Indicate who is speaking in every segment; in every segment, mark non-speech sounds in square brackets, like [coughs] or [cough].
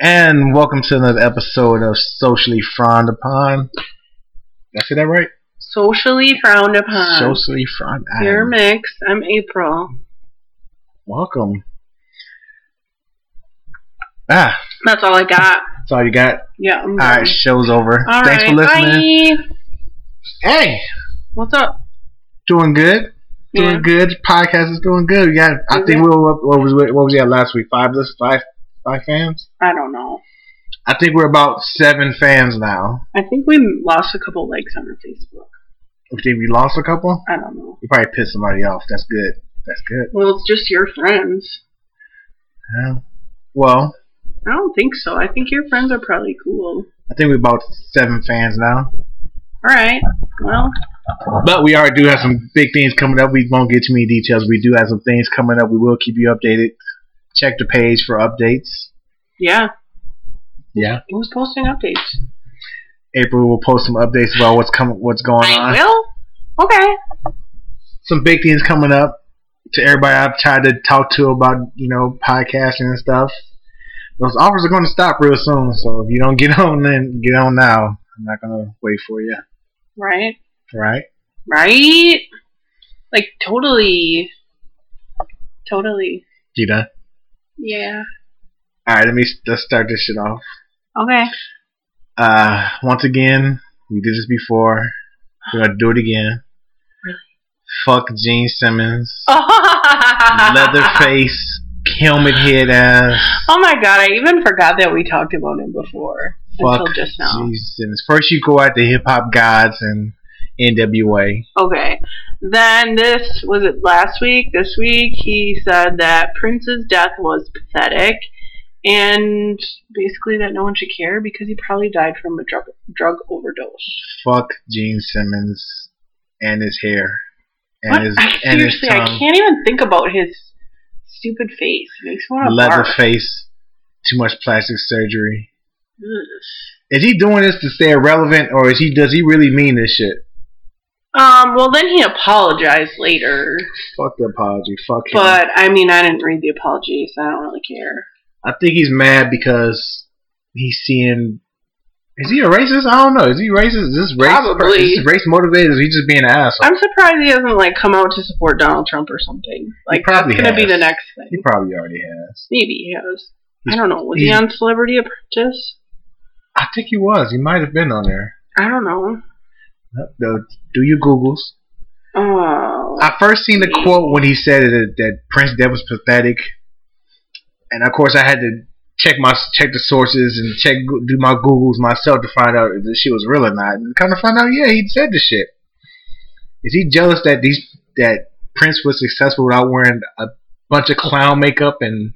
Speaker 1: And welcome to another episode of Socially Frowned Upon. Did I say that right?
Speaker 2: Socially frowned upon.
Speaker 1: Socially Frowned
Speaker 2: You're
Speaker 1: Upon.
Speaker 2: Mix. I'm April.
Speaker 1: Welcome. Ah,
Speaker 2: That's all I got.
Speaker 1: that's all you got.
Speaker 2: Yeah. I'm
Speaker 1: All right,
Speaker 2: done.
Speaker 1: show's over.
Speaker 2: All
Speaker 1: Thanks for
Speaker 2: right,
Speaker 1: listening.
Speaker 2: Bye.
Speaker 1: Hey,
Speaker 2: What's up?
Speaker 1: doing good. Doing
Speaker 2: Yeah.
Speaker 1: good. Podcast is doing good. We got. I
Speaker 2: Is
Speaker 1: think
Speaker 2: it?
Speaker 1: we were. up- What was what was we at last week? Five list five five fans.
Speaker 2: I don't know.
Speaker 1: I think we're about seven fans now.
Speaker 2: I think we lost a couple likes on our Facebook.
Speaker 1: We think we lost a couple.
Speaker 2: I don't know.
Speaker 1: We probably pissed somebody off. That's good. That's good.
Speaker 2: Well, it's just your friends.
Speaker 1: Yeah. Well,
Speaker 2: I don't think so. I think your friends are probably cool.
Speaker 1: I think we're about seven fans now.
Speaker 2: All right. Well,
Speaker 1: But we are do have some big things coming up. We won't get too many details. We do have some things coming up. We will keep you updated. Check the page for updates.
Speaker 2: yeah.
Speaker 1: Yeah.
Speaker 2: Who's posting updates?
Speaker 1: April will post some updates about what's coming, what's going on.
Speaker 2: will. Okay.
Speaker 1: Some big things coming up to everybody I've tried to talk to about you know podcasting and stuff. Those offers are going to stop real soon. So if you don't get [laughs] on, then get on now. I'm not gonna wait for you.
Speaker 2: Right.
Speaker 1: Right?
Speaker 2: Right. Like totally. Totally.
Speaker 1: You done?
Speaker 2: Yeah.
Speaker 1: All right. Let me let's start this shit off.
Speaker 2: Okay.
Speaker 1: Uh, once again, we did this before. We're gonna do it again.
Speaker 2: Really?
Speaker 1: Fuck Gene
Speaker 2: [laughs]
Speaker 1: Simmons,
Speaker 2: Leatherface.
Speaker 1: Leatherface, helmet head ass.
Speaker 2: [laughs] Oh my god, I even forgot that we talked about him before.
Speaker 1: Fuck
Speaker 2: Until just now.
Speaker 1: Gene Simmons. First, you go out to hip hop gods and NWA.
Speaker 2: Okay. Then this was it last week? This week he said that Prince's death was pathetic and basically that no one should care because he probably died from a drug drug overdose.
Speaker 1: Fuck Gene Simmons and his hair and
Speaker 2: What?
Speaker 1: his
Speaker 2: I,
Speaker 1: and his
Speaker 2: seriously, I
Speaker 1: tongue.
Speaker 2: can't even think about his stupid face. It makes me want to barf.
Speaker 1: Leatherface. Too much plastic surgery.
Speaker 2: Ugh.
Speaker 1: Is he doing this to stay irrelevant, or is he does he really mean this shit?
Speaker 2: Um, well then he apologized later.
Speaker 1: Fuck the apology. Fuck him.
Speaker 2: But I mean, I didn't read the apology, so I don't really care.
Speaker 1: I think he's mad because he's seeing. Is he a racist? I don't know. Is he racist? Is this race?
Speaker 2: Probably.
Speaker 1: Is this race motivated? Is he just being an asshole?
Speaker 2: I'm surprised he hasn't like come out to support Donald Trump or something. Like that's
Speaker 1: probably
Speaker 2: gonna be
Speaker 1: has.
Speaker 2: the next
Speaker 1: He
Speaker 2: thing.
Speaker 1: probably already has.
Speaker 2: Maybe he has. I don't know. Was he
Speaker 1: He's-
Speaker 2: on Celebrity Apprentice?
Speaker 1: I think he was. He might have been on there.
Speaker 2: I don't know.
Speaker 1: Yep, though, Do your googles.
Speaker 2: Oh,
Speaker 1: I first seen the quote when he said that, that Prince Dev was pathetic, and of course I had to check my check the sources and check do my googles myself to find out if this shit was real or not, and kind of find out yeah he said this shit. Is he jealous that these that Prince was successful without wearing a bunch of clown makeup and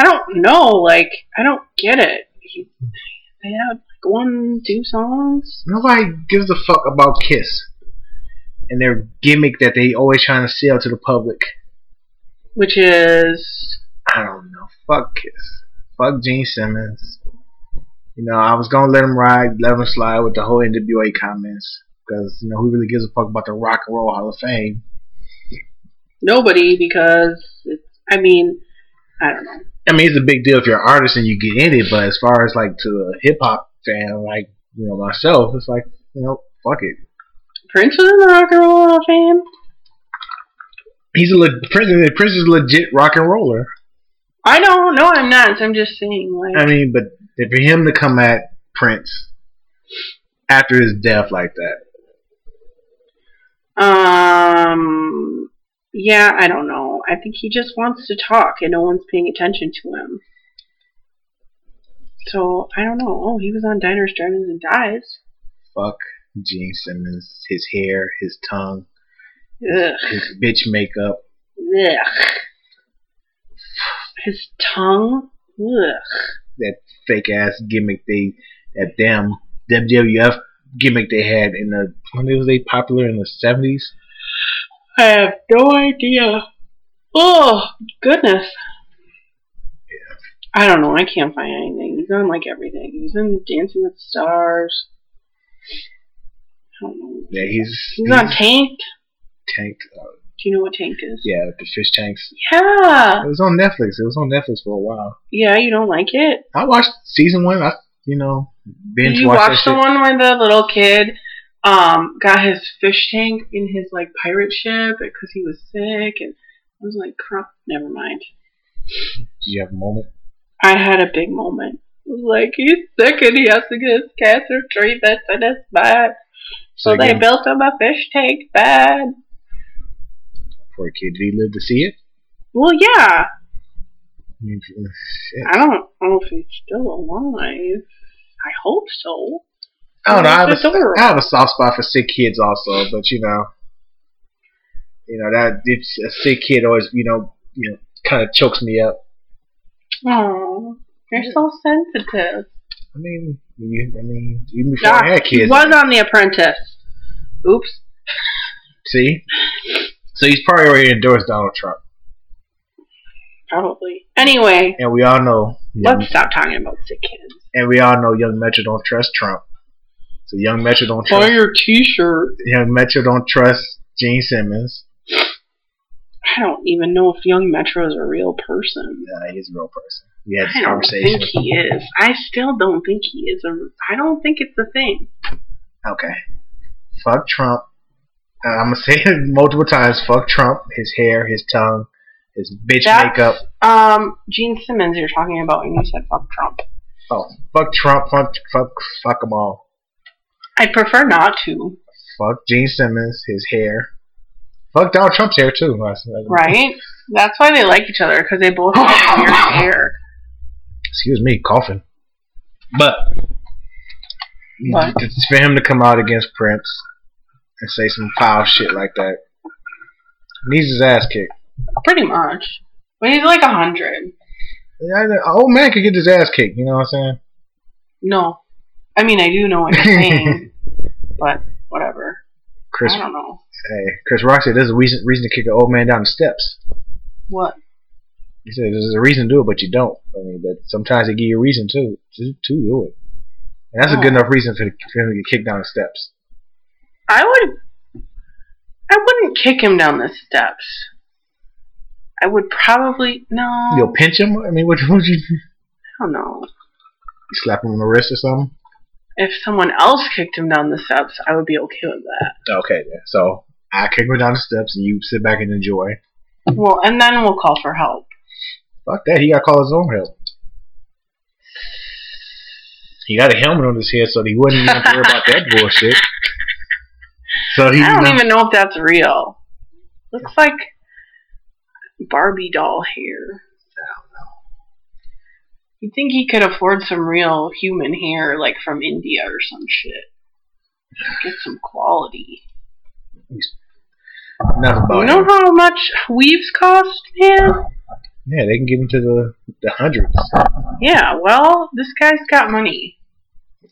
Speaker 2: I don't know. Like I don't get it. He, they had like one, two songs.
Speaker 1: nobody gives a fuck about Kiss and their gimmick that they always trying to sell to the public.
Speaker 2: Which is
Speaker 1: I don't know. Fuck Kiss. Fuck Gene Simmons. You know, I was gonna let him ride, let him slide with the whole NWA comments, because you know who really gives a fuck about the Rock and Roll Hall of Fame?
Speaker 2: nobody because it's. I mean, I don't know.
Speaker 1: I mean, it's a big deal if you're an artist and you get in it, but as far as like to a hip hop fan, like you know myself, it's like you know, fuck it.
Speaker 2: Prince was in the Rock and Roll Hall of Fame.
Speaker 1: He's a le- Prince. Prince is a legit rock and roller.
Speaker 2: I don't know. I'm not. I'm just saying. Like
Speaker 1: I mean, but for him to come at Prince after his death like that,
Speaker 2: Um. Yeah, I don't know. I think he just wants to talk, and no one's paying attention to him. So I don't know. Oh, he was on Diners, Drive-ins, and Dives.
Speaker 1: fuck Gene Simmons, his hair, his tongue.
Speaker 2: Ugh.
Speaker 1: his bitch makeup.
Speaker 2: Ugh. [sighs] His tongue. Ugh.
Speaker 1: That fake ass gimmick they, that damn WWF gimmick they had in the when was they popular in the seventies.
Speaker 2: I have no idea. Oh goodness. I don't know. I can't find anything. He's on like everything. He's in Dancing with the Stars. I don't know.
Speaker 1: Yeah, he's Mm.
Speaker 2: He's on Tank.
Speaker 1: tanked. Uh,
Speaker 2: Do you know what Tank is?
Speaker 1: Yeah, the fish tanks.
Speaker 2: Yeah.
Speaker 1: It was on Netflix. It was on Netflix for a while.
Speaker 2: Yeah, you don't like it?
Speaker 1: I watched season one. I you know
Speaker 2: Did
Speaker 1: binge
Speaker 2: you
Speaker 1: watched
Speaker 2: watch
Speaker 1: that
Speaker 2: the
Speaker 1: shit.
Speaker 2: one where the little kid um got his fish tank in his like pirate ship because he was sick and it was like crap never mind.
Speaker 1: Did you have a moment?
Speaker 2: I had a big moment. It was like he's sick and he has to get his cancer treatments and it's bad. So
Speaker 1: Say
Speaker 2: they
Speaker 1: again.
Speaker 2: built him a fish tank bad.
Speaker 1: Poor kid. Did he live to see it?
Speaker 2: Well yeah.
Speaker 1: I mean, shit.
Speaker 2: I don't know if he's still alive. I hope so.
Speaker 1: I don't know. I have,
Speaker 2: It's
Speaker 1: a,
Speaker 2: Oh, adorable.
Speaker 1: I have a soft spot for sick kids also, but you know, you know that it's a sick kid always you know you know kind of chokes me up.
Speaker 2: Oh, you're so sensitive.
Speaker 1: I mean, you, I mean, even before I had
Speaker 2: he
Speaker 1: kids,
Speaker 2: was on The Apprentice. Oops.
Speaker 1: see. So he's probably already endorsed Donald Trump,
Speaker 2: Probably. Anyway,
Speaker 1: and we all know, young,
Speaker 2: let's stop talking about sick kids.
Speaker 1: and we all know, young Metro don't trust Trump. So young Metro don't trust.
Speaker 2: Buy your T-shirt.
Speaker 1: Young Metro don't trust Gene Simmons.
Speaker 2: I don't even know if Young Metro is a real person.
Speaker 1: Nah, he's a real person. We had
Speaker 2: I
Speaker 1: this
Speaker 2: don't
Speaker 1: conversation.
Speaker 2: think he is. I still don't think he is a. I don't think it's a thing.
Speaker 1: Okay. Fuck Trump. Uh, I'm gonna say it [laughs] multiple times. Fuck Trump. His hair, his tongue, his bitch
Speaker 2: That's-
Speaker 1: makeup.
Speaker 2: Um, Gene Simmons, you're talking about, and you said fuck Trump.
Speaker 1: Oh, fuck Trump. Fuck, fuck, fuck them all.
Speaker 2: I prefer not to,
Speaker 1: Fuck Gene Simmons. His hair. Fuck Donald Trump's hair too.
Speaker 2: right? That's why they like each other because they both [laughs] have weird hair.
Speaker 1: Excuse me, coughing. But
Speaker 2: What?
Speaker 1: it's for him to come out against Prince and say some foul shit like that needs his ass kicked.
Speaker 2: Pretty much. But he's like a hundred.
Speaker 1: Yeah, I- Old man could get his ass kicked. You know what I'm saying?
Speaker 2: No, I mean I do know what
Speaker 1: [laughs]
Speaker 2: you're saying, but whatever.
Speaker 1: Chris,
Speaker 2: I don't know
Speaker 1: hey, Chris Rock said there's a reason reason to kick an old man down the steps.
Speaker 2: what.
Speaker 1: He said there's a reason to do it, but you don't. I mean, but sometimes they give you a reason to to, to do it, and that's a good
Speaker 2: Oh.
Speaker 1: enough reason for, the, for him to get kicked down the steps.
Speaker 2: I would. I wouldn't kick him down the steps. I would probably no.
Speaker 1: You'll pinch him. I mean, what would you do?
Speaker 2: I don't know.
Speaker 1: slap him on the wrist or something?
Speaker 2: If someone else kicked him down the steps, I would be okay with that.
Speaker 1: Okay, then. so I kick him down the steps, and you sit back and enjoy.
Speaker 2: Well, and then we'll call for help.
Speaker 1: Fuck that. He got to call his own help. He got a helmet on his head, so he wouldn't even have to worry about
Speaker 2: [laughs]
Speaker 1: that bullshit. So he,
Speaker 2: I don't
Speaker 1: you know,
Speaker 2: even know if that's real. Looks like Barbie doll hair. You'd think he could afford some real human hair, like from India or some shit. Get some quality.
Speaker 1: enough about
Speaker 2: you
Speaker 1: him.
Speaker 2: know how much weaves cost, man?
Speaker 1: Yeah, they can give him to the the hundreds.
Speaker 2: Yeah, well, this guy's got money.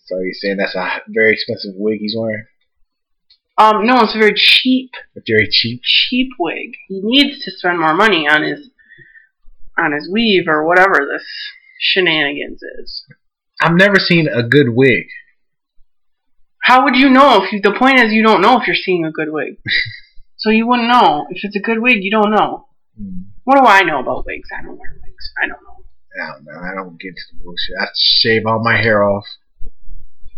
Speaker 1: So you're saying that's a very expensive wig he's wearing?
Speaker 2: Um, no, it's a very cheap,
Speaker 1: A very cheap.
Speaker 2: cheap wig. He needs to spend more money on his, on his weave or whatever this shenanigans is.
Speaker 1: I've never seen a good wig.
Speaker 2: How would you know if you, the point is you don't know if you're seeing a
Speaker 1: [laughs]
Speaker 2: good wig? so you wouldn't know. If it's a good wig, you don't know.
Speaker 1: Hmm,
Speaker 2: What do I know about wigs? I don't wear wigs. I don't know.
Speaker 1: I don't know. I don't get into the bullshit. I shave all my hair off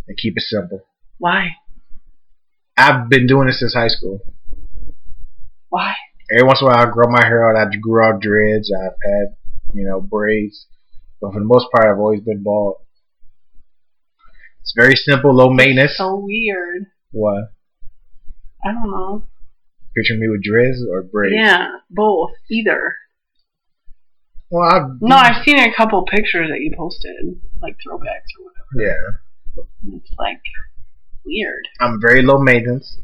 Speaker 1: and keep it simple.
Speaker 2: Why?
Speaker 1: I've been doing this since high school.
Speaker 2: Why?
Speaker 1: Every once in a while, I grow my hair out. I grew out dreads. I've had, you know, braids. But for the most part, I've always been bald. It's very simple, low maintenance.
Speaker 2: So weird.
Speaker 1: what?
Speaker 2: I don't know.
Speaker 1: Picture me with dreads or braids?
Speaker 2: Yeah, both. Either.
Speaker 1: Well, I've,
Speaker 2: No, I've seen a couple pictures that you posted, like throwbacks or whatever.
Speaker 1: yeah.
Speaker 2: and It's like weird.
Speaker 1: I'm very low maintenance.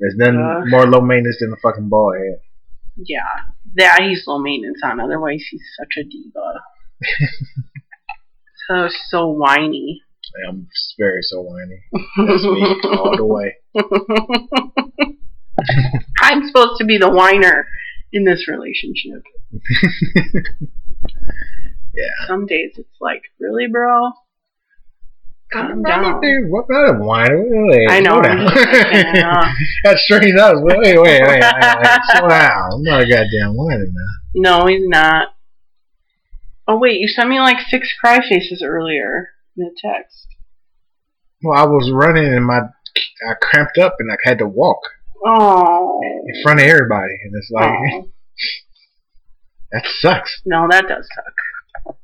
Speaker 1: There's nothing
Speaker 2: Uh.
Speaker 1: more low maintenance than a fucking bald head.
Speaker 2: Yeah, that he's low maintenance on. Otherwise, he's such a diva.
Speaker 1: [laughs]
Speaker 2: so so whiny.
Speaker 1: I'm just very so whiny. That's me
Speaker 2: [laughs]
Speaker 1: all the way.
Speaker 2: [laughs] I'm supposed to be the whiner in this
Speaker 1: [laughs]
Speaker 2: relationship.
Speaker 1: Yeah.
Speaker 2: Some days it's like, really, bro? Calm
Speaker 1: I'm
Speaker 2: down.
Speaker 1: not a- what kind of wine? Wait,
Speaker 2: I know.
Speaker 1: slow down. [laughs]
Speaker 2: [laughs] I know.
Speaker 1: That's strange. That was, wait, wait, wait, wait, wait. Slow down. I'm not a goddamn whiner now.
Speaker 2: No, he's not. Oh wait, you sent me like six cry faces earlier in the text.
Speaker 1: Well, I was running and my I cramped up and I had to walk
Speaker 2: Oh.
Speaker 1: in front of everybody, and it's like
Speaker 2: Oh.
Speaker 1: [laughs] that sucks.
Speaker 2: No, that does suck.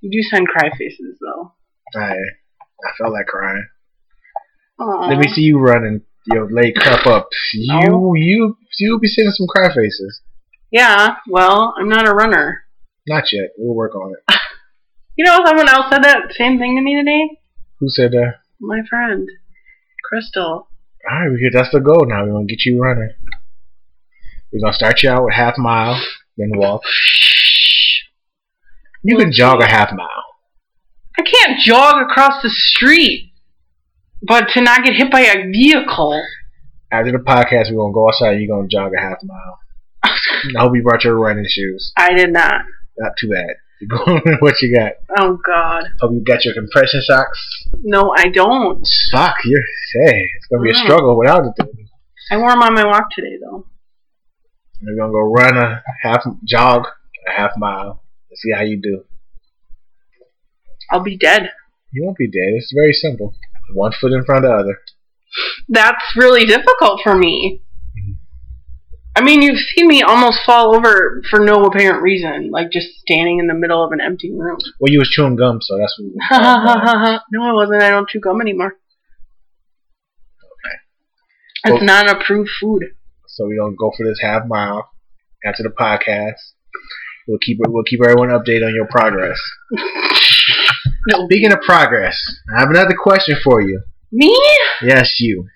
Speaker 2: You do send cry faces though.
Speaker 1: I I felt like crying.
Speaker 2: Aw. Oh.
Speaker 1: Let me see you running. Your leg crap up. You
Speaker 2: No.
Speaker 1: you you'll be seeing some cry faces.
Speaker 2: Yeah, well, I'm not a runner.
Speaker 1: Not yet. We'll work on it.
Speaker 2: You know, someone else said that same thing to me today.
Speaker 1: Who said that?
Speaker 2: My friend, Crystal.
Speaker 1: All right, because that's the goal now. We're gonna get you running. We're gonna start you out with half mile, then walk. You can jog a half mile.
Speaker 2: I can't jog across the street, but to not get hit by a vehicle.
Speaker 1: After the podcast, we're gonna go outside. You're gonna jog a half mile. And I hope you brought your running shoes.
Speaker 2: I did not.
Speaker 1: Not too bad. You're going with what you got.
Speaker 2: Oh God,
Speaker 1: Hope you got your compression socks.
Speaker 2: no, I don't.
Speaker 1: Fuck, you're hey. It's gonna be a
Speaker 2: Mm.
Speaker 1: struggle without the thing.
Speaker 2: I wore them on my walk today, though.
Speaker 1: We're gonna go run a half jog a half mile. and see how you do.
Speaker 2: I'll be dead.
Speaker 1: You won't be dead. It's very simple. One foot in front of the other.
Speaker 2: That's really difficult for me. I mean, you've seen me almost fall over for no apparent reason, like just standing in the middle of an empty room.
Speaker 1: Well, you was chewing gum, so that's what.
Speaker 2: no,
Speaker 1: [laughs]
Speaker 2: I wasn't. I don't chew gum anymore. It's
Speaker 1: Well-
Speaker 2: not an approved food.
Speaker 1: so we're gonna go for this half mile after the podcast. We'll keep we'll keep everyone updated on your progress.
Speaker 2: No.
Speaker 1: Speaking of progress, I have another question for you.
Speaker 2: Me?
Speaker 1: Yes, you,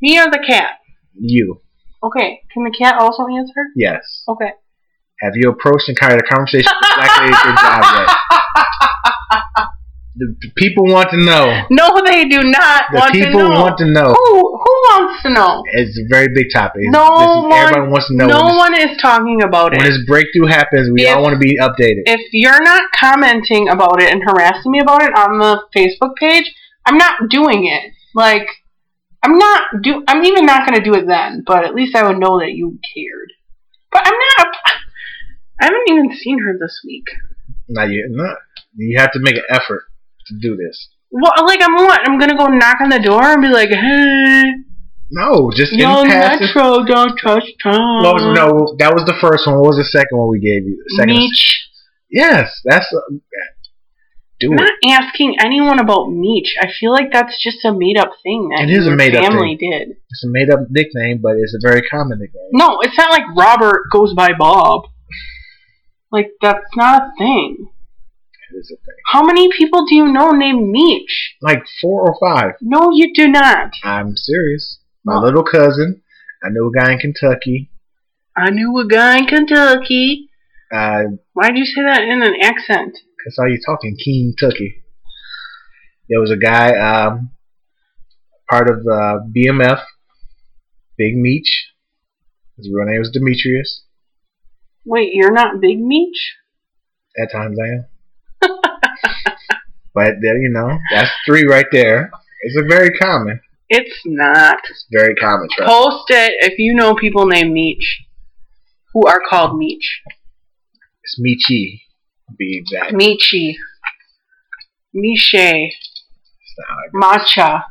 Speaker 2: Me or the cat?
Speaker 1: you,
Speaker 2: Okay. Can the cat also answer?
Speaker 1: yes. [laughs]
Speaker 2: Okay.
Speaker 1: Have you approached and carried a conversation with the black lady at your job yet? The the people want to know.
Speaker 2: No, they do not
Speaker 1: The
Speaker 2: want to
Speaker 1: people
Speaker 2: know.
Speaker 1: want to know.
Speaker 2: Who who wants to know?
Speaker 1: It's a very big topic. It's-
Speaker 2: No
Speaker 1: this is- everyone
Speaker 2: one-
Speaker 1: wants to know
Speaker 2: No,
Speaker 1: when, this,
Speaker 2: one is talking about
Speaker 1: when
Speaker 2: it.
Speaker 1: this breakthrough happens. We
Speaker 2: If-
Speaker 1: all want to be updated.
Speaker 2: If you're not commenting about it and harassing me about it on the Facebook page, I'm not doing it. Like I'm not do I'm even not going to do it then, but at least I would know that you cared. But I'm not a, I haven't even seen her this week.
Speaker 1: Now you not. You have to make an effort to do this.
Speaker 2: What like I'm what? I'm going to go knock on the door and be like, "Hey,
Speaker 1: No, just
Speaker 2: Yo,
Speaker 1: in passing.
Speaker 2: Metro, don't touch Tom.
Speaker 1: What was- no, that was the first one. What was the second one we gave you? The second.
Speaker 2: Meech.
Speaker 1: Yes, that's. Uh, do
Speaker 2: I'm
Speaker 1: it.
Speaker 2: not asking anyone about Meech. I feel like that's just a made up thing that
Speaker 1: It is a
Speaker 2: your
Speaker 1: made-up
Speaker 2: family did.
Speaker 1: It's a made up nickname, but it's a very common nickname.
Speaker 2: No, it's not like Robert goes by Bob. Like that's not a thing.
Speaker 1: It is a thing.
Speaker 2: How many people do you know named Meech?
Speaker 1: Like four or five.
Speaker 2: No, you do not.
Speaker 1: I'm serious. My little cousin. I knew a guy in Kentucky.
Speaker 2: I knew a guy in Kentucky.
Speaker 1: Uh,
Speaker 2: Why'd you say that in an accent?
Speaker 1: that's how you talking, Kentucky. There was a guy, um, part of uh, BMF, Big Meech. His real name was Demetrius.
Speaker 2: Wait, you're not Big Meech?
Speaker 1: At times I am. [laughs] but there, you know, that's three right there. It's a very common.
Speaker 2: It's not.
Speaker 1: It's very common. Trust. me.
Speaker 2: Post it if you know people named Meech who are called Meech.
Speaker 1: It's Michi, to be exact.
Speaker 2: Michi. Miche.
Speaker 1: It's not how I-
Speaker 2: Matcha.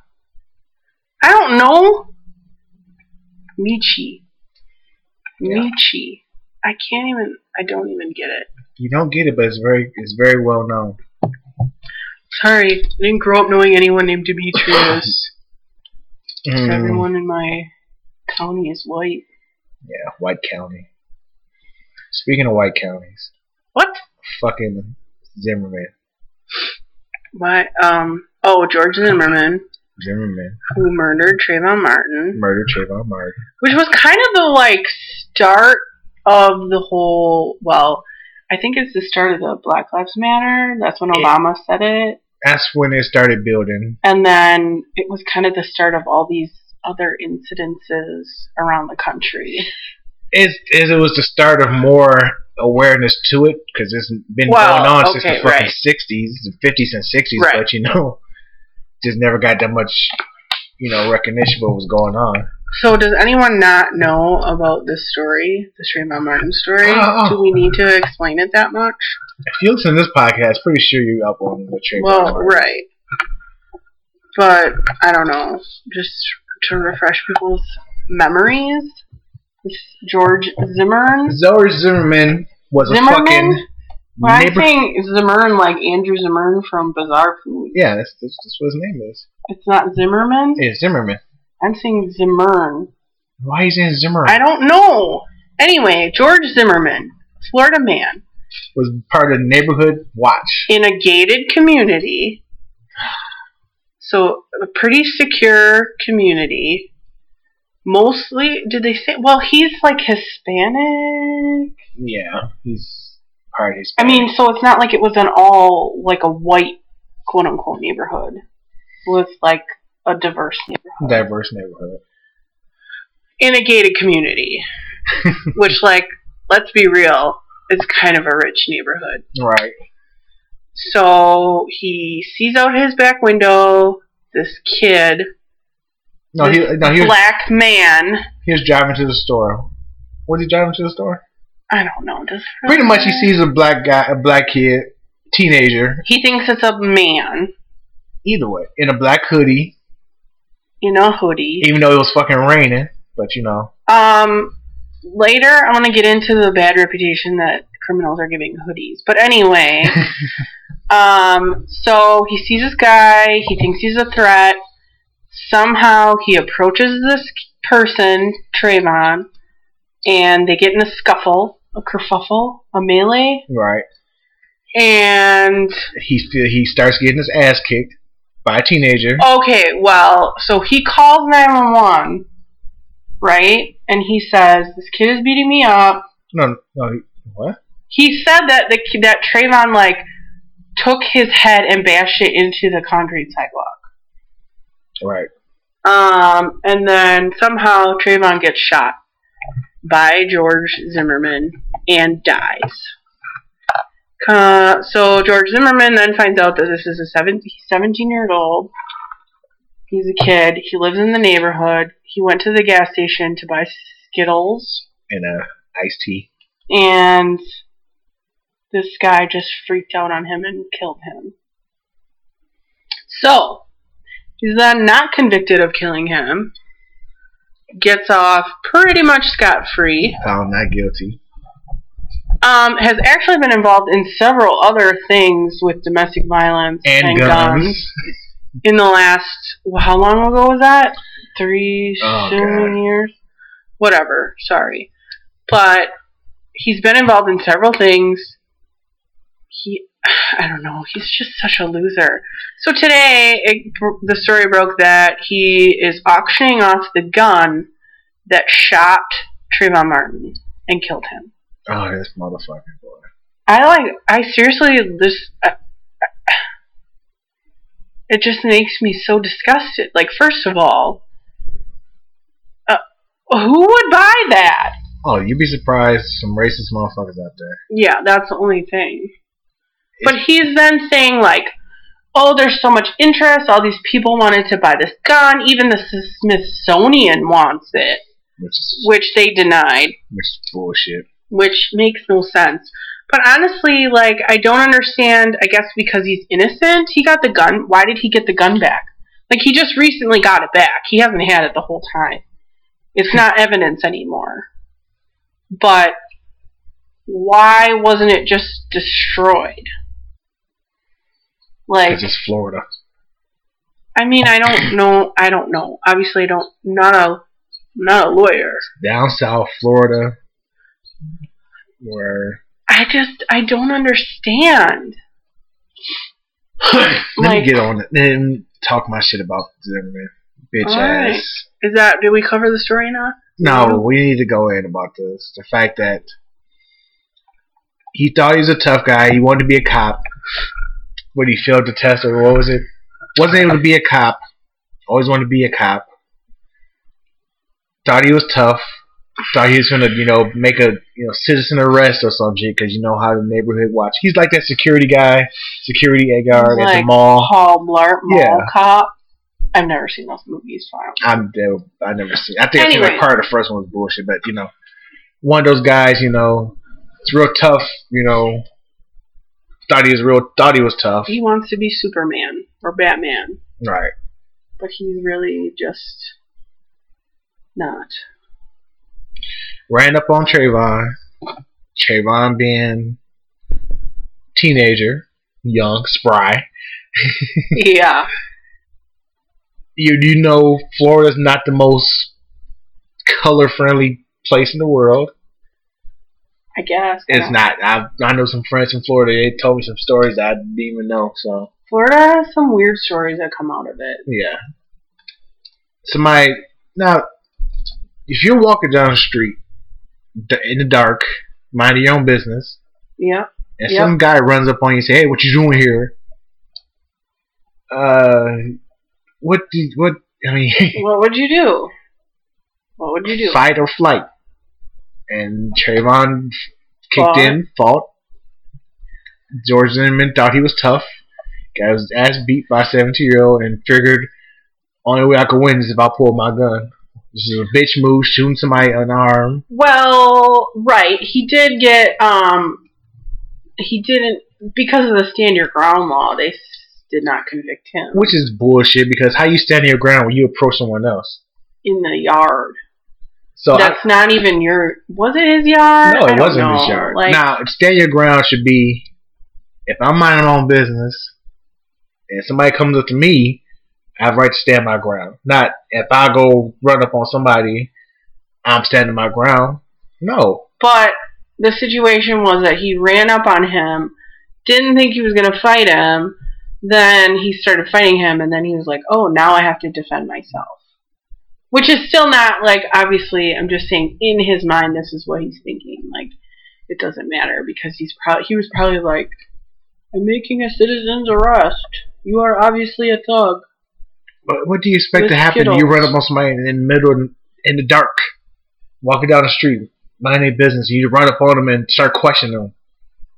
Speaker 2: I don't know. Michi.
Speaker 1: Yeah.
Speaker 2: Michi. I can't even. I don't even get it.
Speaker 1: You don't get it, but it's very, it's very well known.
Speaker 2: Sorry, I didn't grow up knowing anyone
Speaker 1: [coughs]
Speaker 2: named Demetrius.
Speaker 1: Mm,
Speaker 2: Everyone in my county is white.
Speaker 1: yeah, White County. Speaking of White Counties,
Speaker 2: What?
Speaker 1: fucking Zimmerman,
Speaker 2: Why? Um. Oh, George Zimmerman,
Speaker 1: Zimmerman
Speaker 2: who murdered Trayvon Martin,
Speaker 1: murdered Trayvon Martin.
Speaker 2: which was kind of the like start of the whole. Well, I think it's the start of the Black Lives Matter. That's when
Speaker 1: Yeah.
Speaker 2: Obama said it.
Speaker 1: That's when it started building.
Speaker 2: And then it was kind of the start of all these other incidences around the country.
Speaker 1: It's, it, it was the start of more awareness to it because it's been
Speaker 2: Well,
Speaker 1: going on since
Speaker 2: okay,
Speaker 1: the fucking
Speaker 2: right.
Speaker 1: 60s, the 50s and 60s.
Speaker 2: Right.
Speaker 1: But you know, just never got that much, you know, recognition of what was going on.
Speaker 2: So, does anyone not know about this story, the Trayvon Martin story?
Speaker 1: Oh.
Speaker 2: Do we need to explain it that much?
Speaker 1: If you listen to this podcast, pretty sure you're up on the trade.
Speaker 2: Well, right. But I don't know. Just to refresh people's memories, this George Zimmern.
Speaker 1: Zoe Zimmerman was a
Speaker 2: Zimmerman?
Speaker 1: fucking
Speaker 2: When I
Speaker 1: neighbor.
Speaker 2: think Zimmern, like Andrew Zimmern from Bizarre Food,
Speaker 1: yeah, that's, that's, that's what his name is.
Speaker 2: it's not Zimmerman.
Speaker 1: Yeah, Zimmerman.
Speaker 2: I'm saying Zimmern.
Speaker 1: Why is in Zimmerman?
Speaker 2: I don't know. Anyway, George Zimmerman, Florida man,
Speaker 1: was part of the neighborhood watch.
Speaker 2: in a gated community. So a pretty secure community. Mostly, did they say? Well, he's like Hispanic.
Speaker 1: Yeah, he's part of his.
Speaker 2: I mean, so it's not like it was an all like a white quote unquote neighborhood. It was like a diverse neighborhood
Speaker 1: diverse neighborhood.
Speaker 2: in a gated community, which like let's be real, is kind of a rich neighborhood.
Speaker 1: Right.
Speaker 2: So he sees out his back window this kid,
Speaker 1: No, he no he was,
Speaker 2: black man.
Speaker 1: he was driving to the store. Was he driving to the store?
Speaker 2: I don't know. Does
Speaker 1: Pretty much, he
Speaker 2: Uh-huh.
Speaker 1: sees a black guy, a black kid, teenager,
Speaker 2: He thinks it's a man
Speaker 1: either way, in a black hoodie,
Speaker 2: in a hoodie.
Speaker 1: even though it was fucking raining. But you know,
Speaker 2: Um, later I want to get into the bad reputation that criminals are giving hoodies. But anyway, um, so he sees this guy. He thinks he's a threat. Somehow he approaches this person, Trayvon, and they get in a scuffle, a kerfuffle, a melee.
Speaker 1: right?
Speaker 2: And
Speaker 1: He feel he starts getting his ass kicked by a teenager.
Speaker 2: okay, well, so he calls 911, right? And he says, "This kid is beating me up."
Speaker 1: No, no, he, what?
Speaker 2: He said that the ki- that Trayvon like took his head and bashed it into the concrete sidewalk.
Speaker 1: Right.
Speaker 2: Um, and then somehow Trayvon gets shot by George Zimmerman and dies. Uh, so George Zimmerman then finds out that this is a 17, he's 17 years old. He's a kid. He lives in the neighborhood. He went to the gas station to buy Skittles,
Speaker 1: And uh, iced tea.
Speaker 2: and this guy just freaked out on him and killed him. So, he's then not convicted of killing him, gets off pretty much scot free
Speaker 1: Found not guilty.
Speaker 2: um, has actually been involved in several other things with domestic violence
Speaker 1: And, guns.
Speaker 2: in the last well, how long ago was that? Three
Speaker 1: Oh,
Speaker 2: seven years, whatever. Sorry, but he's been involved in several things. He, [sighs] I don't know. He's just such a loser. So today, it, bro- the story broke that he is auctioning off the gun that shot Trayvon Martin and killed him.
Speaker 1: Oh, this motherfucking boy.
Speaker 2: I like. I seriously this. I, it just makes me so disgusted. Like, first of all, uh, who would buy that?
Speaker 1: Oh, you'd be surprised some racist motherfuckers out there.
Speaker 2: Yeah, that's the only thing. But he's then saying like, "Oh, there's so much interest. All these people wanted to buy this gun. Even the Smithsonian wants it,
Speaker 1: Which is
Speaker 2: which they denied."
Speaker 1: which is bullshit.
Speaker 2: which makes no sense. But honestly, like I don't understand. I guess because he's innocent, he got the gun. Why did he get the gun back? Like he just recently got it back. He hasn't had it the whole time. It's not evidence anymore. But why wasn't it just destroyed? Like
Speaker 1: Because it's Florida.
Speaker 2: I mean, I don't know. I don't know. Obviously, I don't. Not a not a lawyer.
Speaker 1: Down south Florida. Where
Speaker 2: I just I don't understand.
Speaker 1: let
Speaker 2: Like-
Speaker 1: me get on it and talk my shit about them bitch
Speaker 2: Alright.
Speaker 1: ass.
Speaker 2: Is that did we cover the story now?
Speaker 1: No, we need to go in about this. The fact that he thought he was a tough guy, he wanted to be a cop, but he failed the test or what was it? Wasn't able to be a cop. Always wanted to be a cop. Thought he was tough. thought he was gonna, you know, make a you know citizen arrest or some shit because you know how the neighborhood watch. He's like that security guy, security guard at the
Speaker 2: Like,
Speaker 1: mall.
Speaker 2: Paul Blart Mall
Speaker 1: Yeah.
Speaker 2: Cop. I've never seen those movies, so I don't
Speaker 1: I'm never, I never seen. I think I
Speaker 2: Anyway.
Speaker 1: think part of the first one was bullshit, but you know, one of those guys, you know, it's real tough. You know, thought he was real, thought he was tough,
Speaker 2: He wants to be Superman or Batman,
Speaker 1: right?
Speaker 2: but he's really just
Speaker 1: [laughs]
Speaker 2: not.
Speaker 1: Ran up on Trayvon. Trayvon being teenager, young, spry.
Speaker 2: yeah.
Speaker 1: You you know, Florida's not the most color friendly place in the world.
Speaker 2: I guess. I
Speaker 1: It's
Speaker 2: don't-
Speaker 1: not. I I know some friends from Florida. They told me some stories I didn't even know. So.
Speaker 2: Florida has some weird stories that come out of it.
Speaker 1: Yeah. Somebody now, if you're walking down the street d- in the dark, minding your own business,
Speaker 2: Yeah.
Speaker 1: and
Speaker 2: Yep.
Speaker 1: some guy runs up on you and say, "Hey, what you doing here?" Uh, what? Do, what? I mean, [laughs]
Speaker 2: What would you do? What would you do?
Speaker 1: fight or flight. And Trayvon kicked
Speaker 2: Fought.
Speaker 1: in, fought. George Zimmerman thought he was tough. Guy was ass beat by a 17 year old and figured only way I could win is if I pull my gun. This is a bitch move, shooting somebody unarmed.
Speaker 2: Well, right. He did get um he didn't because of the stand your ground law, they s- did not convict him
Speaker 1: Which is bullshit because how you stand your ground when you approach someone else?
Speaker 2: in the yard.
Speaker 1: So I,
Speaker 2: That's not even your was it his yard?
Speaker 1: no,
Speaker 2: I
Speaker 1: it
Speaker 2: don't
Speaker 1: wasn't his
Speaker 2: know.
Speaker 1: yard.
Speaker 2: Like,
Speaker 1: now, stand your ground should be if I'm minding my own business and somebody comes up to me, I have right to stand my ground. Not if I go run up on somebody, I'm standing my ground. No.
Speaker 2: But the situation was that he ran up on him, didn't think he was going to fight him, then he started fighting him, and then he was like, oh, now I have to defend myself. Which is still not, like, obviously, I'm just saying, in his mind, this is what he's thinking. Like, it doesn't matter because he's probably, he was probably like, I'm making a citizen's arrest. You are obviously a thug.
Speaker 1: But what do you expect
Speaker 2: With
Speaker 1: to happen if you
Speaker 2: kiddos.
Speaker 1: run up on somebody in the middle of- in the dark, walking down the street, minding their business, you run up on them and start questioning them,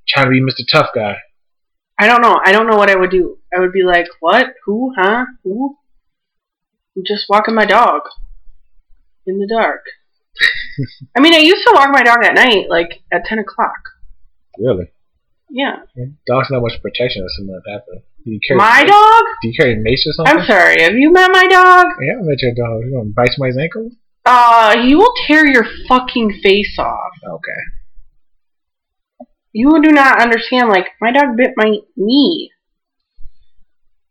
Speaker 1: trying to be Mr. Tough Guy?
Speaker 2: I don't know. I don't know what I would do. I would be like, what? Who? Huh? Who? I'm just walking my dog in the dark. I mean, I used to walk my dog at night, like at 10 o'clock.
Speaker 1: Really?
Speaker 2: Yeah.
Speaker 1: Dogs not much protection if something happens. Do you carry
Speaker 2: My dog?
Speaker 1: Do you carry a mace or something?
Speaker 2: I'm sorry. Have you met my dog?
Speaker 1: Yeah, I met your dog. You gonna bite somebody's ankle?
Speaker 2: Uh, he will tear your fucking face off.
Speaker 1: Okay.
Speaker 2: You do not understand. Like, my dog bit my knee.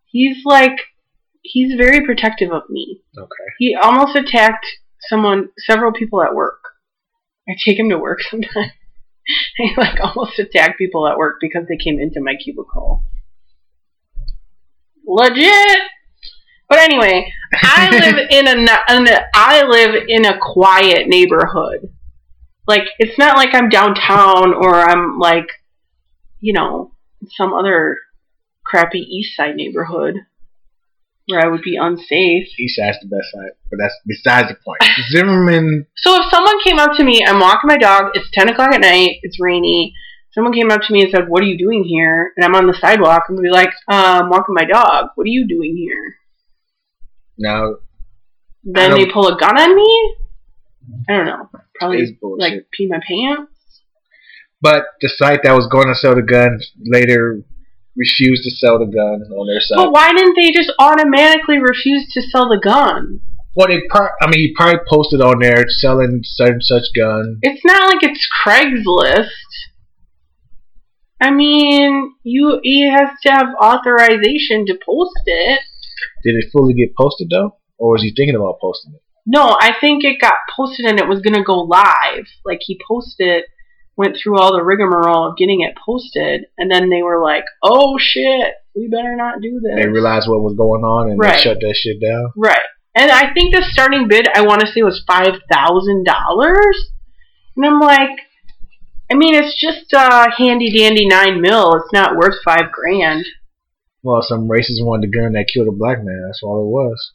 Speaker 2: He's like, he's very protective of me.
Speaker 1: Okay.
Speaker 2: He almost attacked someone, several people at work. I take him to work [laughs] sometimes. he like almost attacked people at work because they came into my cubicle. Legit. But anyway, I live in a, no- in a I live in a quiet neighborhood. Like it's not like I'm downtown or I'm like, you know, some other crappy East Side neighborhood where I would be unsafe.
Speaker 1: East side's the best side, but that's besides the
Speaker 2: [laughs]
Speaker 1: point. Zimmerman,
Speaker 2: So if someone came up to me, I'm walking my dog, it's 10 o'clock at night, it's rainy, someone came up to me and said, What are you doing here? And I'm on the sidewalk, I'm gonna be like, uh, I'm walking my dog, what are you doing here?
Speaker 1: no,
Speaker 2: Then
Speaker 1: I don't-
Speaker 2: they pull a gun on me? I don't know.
Speaker 1: is
Speaker 2: Probably
Speaker 1: bullshit.
Speaker 2: Oh, like pee my pants?
Speaker 1: but the site that was going to sell the gun later refused to sell the gun on their side.
Speaker 2: But why didn't they just automatically refuse to sell the gun?
Speaker 1: Well, they pro- I mean, he probably posted on there selling such and such gun.
Speaker 2: It's not like it's Craigslist. I mean, you he has to have authorization to post it.
Speaker 1: Did it fully get posted though, or was he thinking about posting it?
Speaker 2: No, I think it got posted and it was gonna go live. Like he posted, went through all the rigmarole of getting it posted, and then they were like, "Oh shit, we better not do this."
Speaker 1: They realized what was going on and
Speaker 2: Right.
Speaker 1: they shut that shit down.
Speaker 2: right? And I think the starting bid I want to say was five thousand dollars, and I'm like, I mean, it's just a handy dandy nine mil. It's not worth five grand.
Speaker 1: Well, some racist wanted the gun that killed a black man. That's all it was.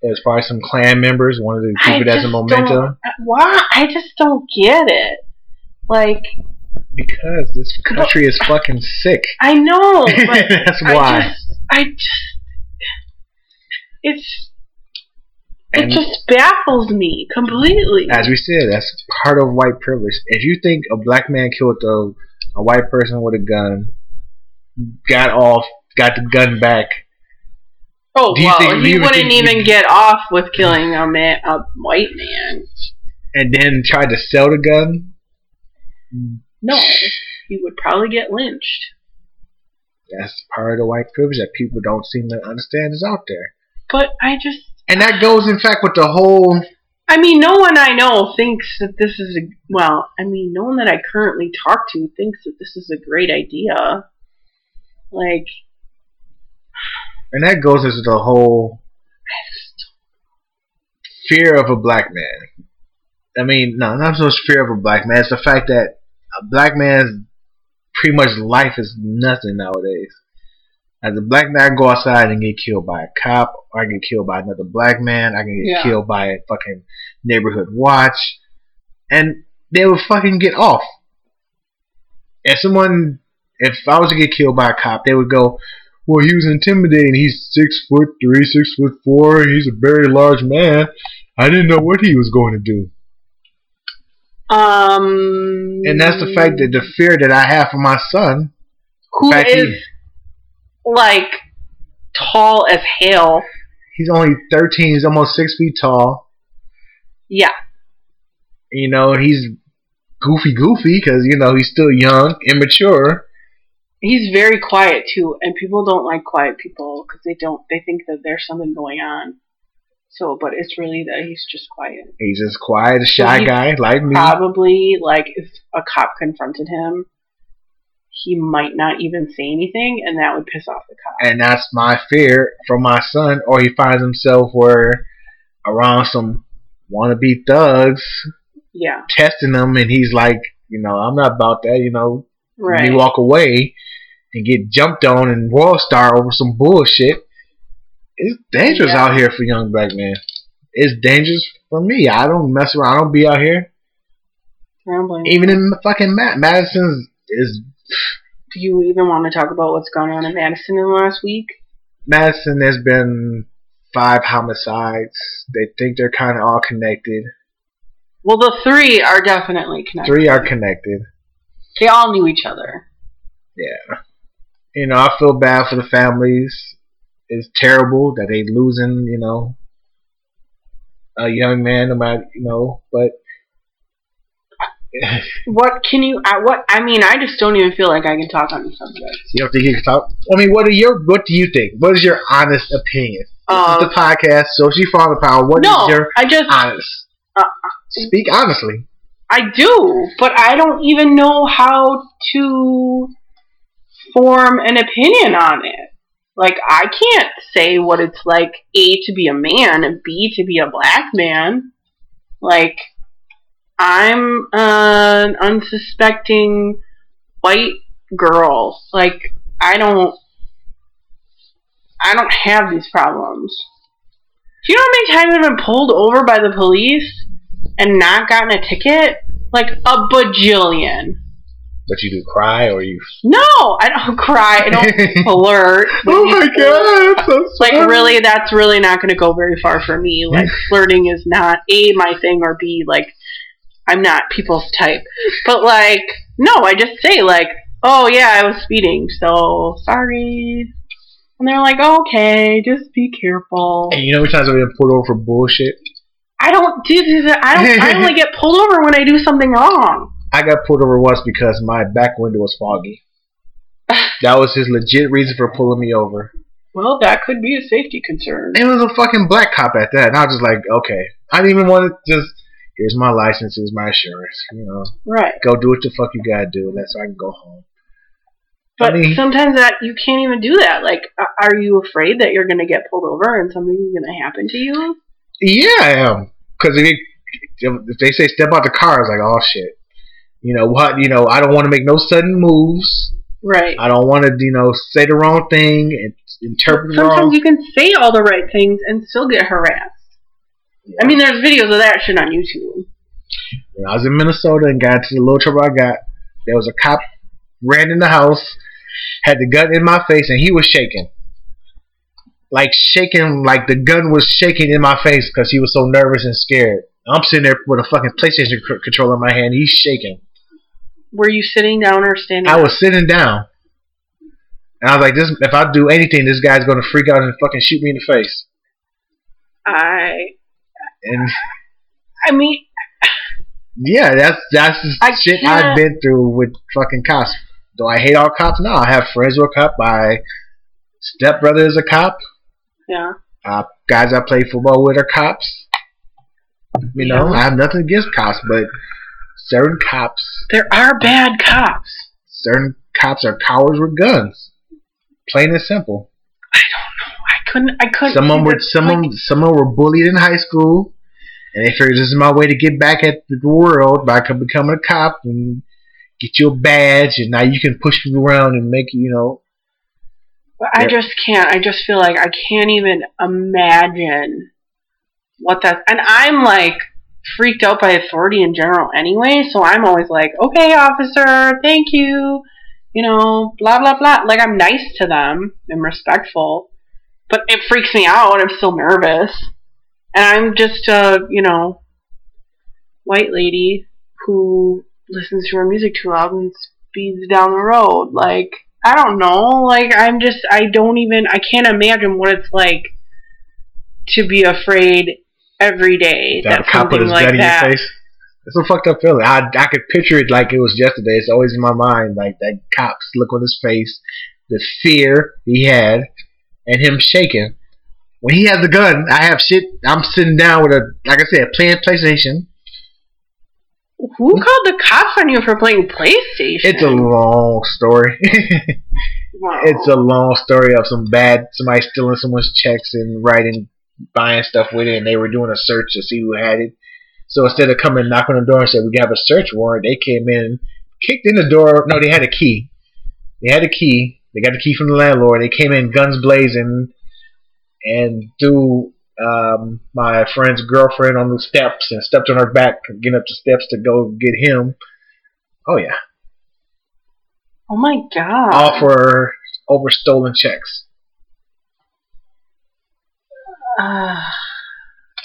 Speaker 1: It was probably some clan members wanted to
Speaker 2: I
Speaker 1: keep it as a
Speaker 2: just
Speaker 1: momentum
Speaker 2: don't- Uh, Why? I just don't get it. Like,
Speaker 1: because this country is fucking sick.
Speaker 2: I
Speaker 1: [laughs]
Speaker 2: know, [laughs] but
Speaker 1: That's
Speaker 2: I
Speaker 1: why.
Speaker 2: just, I just, it's, it
Speaker 1: And-
Speaker 2: just baffles me completely.
Speaker 1: As we said, that's part of white privilege. If you think a black man killed a, a white person with a gun, got off, got the gun back,
Speaker 2: oh
Speaker 1: do you
Speaker 2: well,
Speaker 1: think- do
Speaker 2: he
Speaker 1: you
Speaker 2: wouldn't
Speaker 1: think-
Speaker 2: even get off with killing a man, a white man.
Speaker 1: and then tried to sell the gun,
Speaker 2: No, he would probably get lynched.
Speaker 1: that's part of the white privilege that people don't seem to understand is out there.
Speaker 2: But I just,
Speaker 1: And that goes, in fact, with the whole
Speaker 2: I mean, no one I know thinks that this is a well. I mean, no one that I currently talk to thinks that this is a great idea. Like,
Speaker 1: And that goes into the whole fear of a black man. I mean, no, not so much fear of a black man. It's the fact that a black man's pretty much life is nothing nowadays. As a black man, I can go outside and get killed by a cop, or I can get killed by another black man, I can get
Speaker 2: Yeah.
Speaker 1: killed by a fucking neighborhood watch, and they would fucking get off. If someone, if I was to get killed by a cop, they would go, well, he was intimidating. He's six foot three, six foot four. He's a very large man. I didn't know what he was going to do.
Speaker 2: um,
Speaker 1: And that's the fact that the fear that I have for my son.
Speaker 2: who
Speaker 1: fact he-
Speaker 2: is like tall as hell.
Speaker 1: He's only 13. He's almost six feet tall.
Speaker 2: Yeah,
Speaker 1: You know, he's goofy, goofy because, you know, he's still young, immature.
Speaker 2: he's very quiet too, and people don't like quiet people because they don't. They think that there's something going on. So, but it's really that he's just quiet.
Speaker 1: He's just quiet, a shy
Speaker 2: He-
Speaker 1: guy like me.
Speaker 2: probably like if a cop confronted him he might not even say anything and that would piss off the cop
Speaker 1: And that's my fear for my son. Or he finds himself where around some wannabe thugs
Speaker 2: yeah
Speaker 1: testing him, and he's like, you know, I'm not about that. You know,
Speaker 2: right
Speaker 1: you walk away and get jumped on and world star over some bullshit. It's dangerous
Speaker 2: Yeah.
Speaker 1: out here for young black men. It's dangerous for me. I don't mess around. I don't be out here.
Speaker 2: Rambling.
Speaker 1: Even in fucking Mad- Madison's is
Speaker 2: do you even want to talk about what's gone on in madison in the last week
Speaker 1: Madison. There's been five homicides. They think they're kind of all connected.
Speaker 2: well the three are definitely connected
Speaker 1: Three are connected.
Speaker 2: they all knew each other
Speaker 1: you know, I feel bad for the families. It's terrible that they losing, you know, a young man. No matter, you know, but you
Speaker 2: what can you I, what i mean i just don't even feel like i can talk on the subject
Speaker 1: don't think you can talk. I mean, what are your? What do you think? What is your honest opinion?
Speaker 2: um,
Speaker 1: this is the podcast, so she found the power. What is
Speaker 2: no
Speaker 1: your
Speaker 2: i just
Speaker 1: honest?
Speaker 2: Uh,
Speaker 1: Speak honestly.
Speaker 2: I do, but I don't even know how to form an opinion on it. Like, I can't say what it's like A, to be a man, and B, to be a black man. Like, I'm an unsuspecting white girl. Like, I don't. I don't have these problems. Do you know how many times I've been pulled over by the police and not gotten a ticket? Like a bajillion.
Speaker 1: But you do cry, or
Speaker 2: [laughs]
Speaker 1: you?
Speaker 2: No, I don't [laughs] cry. I don't
Speaker 1: [laughs]
Speaker 2: flirt. with
Speaker 1: oh my
Speaker 2: people.
Speaker 1: god! I'm so
Speaker 2: Like
Speaker 1: sorry.
Speaker 2: really, that's really not going to go very far for
Speaker 1: [laughs]
Speaker 2: me. Like flirting is not a my thing, or b like I'm not people's type. But like, no, I just say like, oh yeah, I was speeding, so sorry. And they're like, okay, just be careful.
Speaker 1: And you know, how many times I've been pulled over for bullshit.
Speaker 2: I don't do this. I don't.
Speaker 1: [laughs]
Speaker 2: I only get pulled over when I do something wrong.
Speaker 1: I got pulled over once because my back window was
Speaker 2: [sighs]
Speaker 1: foggy. that was his legit reason for pulling me over.
Speaker 2: Well, that could be a safety concern.
Speaker 1: And it was a fucking black cop at that. And I was just like, okay. I didn't even want to just, here's my license, here's my insurance. You know,
Speaker 2: Right.
Speaker 1: go do what the fuck you gotta do. And that's so I can go home.
Speaker 2: But
Speaker 1: I mean-
Speaker 2: sometimes that you can't even do that. Like, a- are you afraid that you're going to get pulled over and something's going to happen to you?
Speaker 1: Yeah, I am. Because if, you- if they say step out the car, it's like, oh shit. You know what? You know, I don't want to make no sudden moves.
Speaker 2: Right.
Speaker 1: I don't want to, you know, say the wrong thing. It's, interpreted
Speaker 2: Sometimes
Speaker 1: wrong.
Speaker 2: you can say all the right things and still get harassed. I mean, there's videos of that shit on YouTube.
Speaker 1: when I was in Minnesota and got into the little trouble I got, there was a cop ran in the house, had the gun in my face, and he was shaking. Like shaking, like the gun was shaking in my face because he was so nervous and scared. I'm sitting there with a fucking PlayStation c- controller in my hand. He's shaking.
Speaker 2: Were you sitting down or standing?
Speaker 1: I
Speaker 2: up?
Speaker 1: was sitting down, and I was like, "This. If I do anything, this guy's gonna freak out and fucking shoot me in the face."
Speaker 2: I.
Speaker 1: And
Speaker 2: I mean,
Speaker 1: Yeah, that's that's the
Speaker 2: I
Speaker 1: shit
Speaker 2: can't-
Speaker 1: I've been through with fucking cops. Do I hate all cops? No, I have friends who are cop. My stepbrother is a cop.
Speaker 2: yeah.
Speaker 1: Uh, guys I play football with are cops. You know, I have nothing against cops, but certain cops,
Speaker 2: There are bad cops.
Speaker 1: certain cops are cowards with guns. Plain and simple.
Speaker 2: I couldn't. I couldn't.
Speaker 1: Some of them
Speaker 2: see
Speaker 1: were
Speaker 2: the-
Speaker 1: some of
Speaker 2: like,
Speaker 1: 'em- some of 'em were bullied in high school, and they figured this is my way to get back at the world by co- becoming a cop and get your badge, and now you can push people around and make you know.
Speaker 2: But I
Speaker 1: Yeah.
Speaker 2: just can't. I just feel like I can't even imagine what that's. And I'm like freaked out by authority in general anyway, so I'm always like, okay, officer, thank you. You know, blah, blah, blah. Like, I'm nice to them and respectful, but it freaks me out. I'm still nervous. And I'm just a, you know, white lady who listens to her music too loud and speeds down the road. Like, I don't know. Like, I'm just, I don't even, I can't imagine what it's like to be afraid every day
Speaker 1: That
Speaker 2: that something
Speaker 1: gun
Speaker 2: like
Speaker 1: in
Speaker 2: that.
Speaker 1: your face. It's a fucked up feeling. I I could picture it like it was yesterday. It's always in my mind, like that cop's look on his face, the fear he had, and him shaking. When he has the gun, I have shit. I'm sitting down with a, like I said, playing PlayStation.
Speaker 2: Who called the cops on you for playing PlayStation?
Speaker 1: It's a long story. [laughs]
Speaker 2: Wow.
Speaker 1: it's a long story of some bad somebody stealing someone's checks and writing buying stuff with it and they were doing a search to see who had it so instead of coming and knocking on the door and said we have a search warrant they came in kicked in the door no they had a key they had a key they got the key from the landlord they came in guns blazing and threw um, my friend's girlfriend on the steps and stepped on her back getting up the steps to go get him oh yeah
Speaker 2: oh my god.
Speaker 1: all for over stolen checks
Speaker 2: Ah.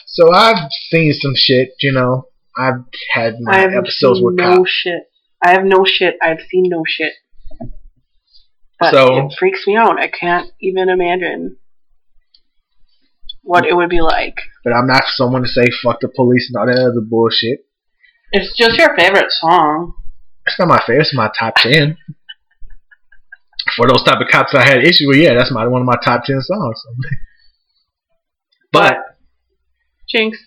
Speaker 1: So I've seen some shit, you know. I've had
Speaker 2: I
Speaker 1: my
Speaker 2: have
Speaker 1: episodes
Speaker 2: seen
Speaker 1: with
Speaker 2: no
Speaker 1: cops.
Speaker 2: shit. I have no shit. I've seen no shit. But
Speaker 1: So-
Speaker 2: it freaks me out. I can't even imagine what it would be like.
Speaker 1: But I'm not someone to say fuck the police and all that other bullshit.
Speaker 2: It's just your favorite song.
Speaker 1: That's not my favorite. It's my
Speaker 2: [laughs]
Speaker 1: top ten. For those type of cops I had issue with, yeah, that's my one of my top ten songs. [laughs] but [laughs]
Speaker 2: Jinx.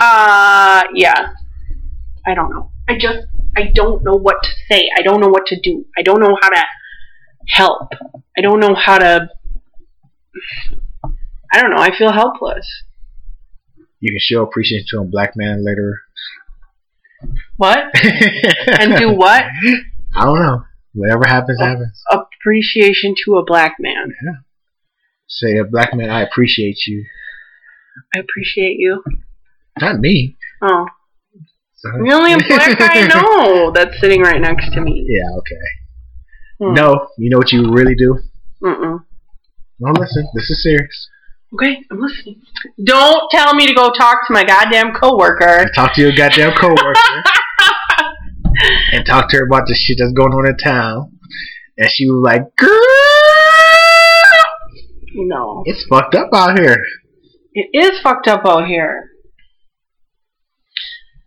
Speaker 2: uh yeah. I don't know. I just I don't know what to say. I don't know what to do. I don't know how to help. I don't know how to I don't know. I feel helpless.
Speaker 1: you can show appreciation to a black man later.
Speaker 2: What? [laughs]
Speaker 1: [laughs]
Speaker 2: And do what?
Speaker 1: I don't know. Whatever happens, happens.
Speaker 2: Appreciation to a black man.
Speaker 1: Say a black man, I appreciate you.
Speaker 2: I appreciate you.
Speaker 1: Not me.
Speaker 2: Oh.
Speaker 1: Sorry. [laughs]
Speaker 2: The only black guy I know that's sitting right next to me.
Speaker 1: Yeah, okay.
Speaker 2: Hmm.
Speaker 1: No, you know what you really do?
Speaker 2: Mm-mm.
Speaker 1: No, listen, this is serious.
Speaker 2: Okay, I'm listening. Don't tell me to go talk to my goddamn coworker.
Speaker 1: Talk to your goddamn coworker and talk to her about the shit that's going on in town. And she was like, "Girl,
Speaker 2: No.
Speaker 1: it's fucked up out here."
Speaker 2: It is fucked up out here.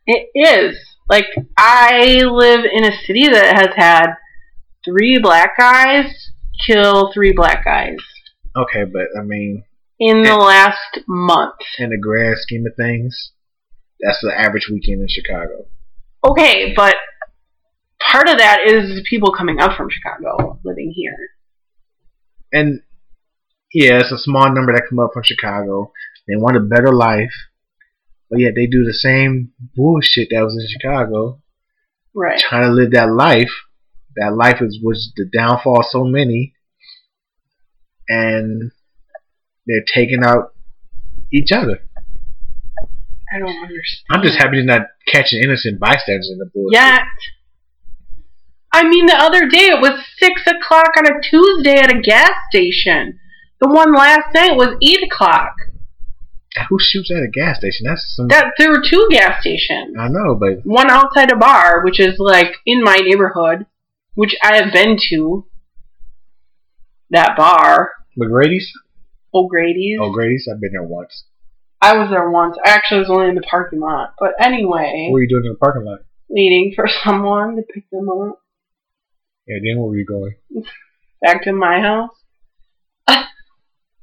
Speaker 2: It is. Like, I live in a city that has had three black guys kill three black guys
Speaker 1: Okay, but I mean,
Speaker 2: in the last month.
Speaker 1: in the grand scheme of things, that's the average weekend in Chicago.
Speaker 2: Okay, but part of that is people coming up from Chicago living here.
Speaker 1: And yeah, it's a small number that come up from Chicago. They want a better life, but yet they do the same bullshit that was in Chicago.
Speaker 2: Right.
Speaker 1: trying to live that life. That life is was the downfall of so many. and they're taking out each other.
Speaker 2: I don't understand.
Speaker 1: I'm just happy to not catch an innocent bystander in the bullshit.
Speaker 2: Yet, I mean, the other day it was six o'clock on a Tuesday at a gas station. The one last night was eight o'clock.
Speaker 1: Mm. Who shoots at a gas station? That's some.
Speaker 2: That there were two gas stations.
Speaker 1: I know, but
Speaker 2: One outside a bar, which is like in my neighborhood, which I have been to. That bar,
Speaker 1: McGrady's.
Speaker 2: O'Grady's.
Speaker 1: Oh, Grady's. I've been there once.
Speaker 2: I was there once. I actually was only in the parking lot. But anyway,
Speaker 1: What were you doing in the parking lot?
Speaker 2: waiting for [laughs] someone to pick them up.
Speaker 1: Yeah, then where were you going?
Speaker 2: back to my house.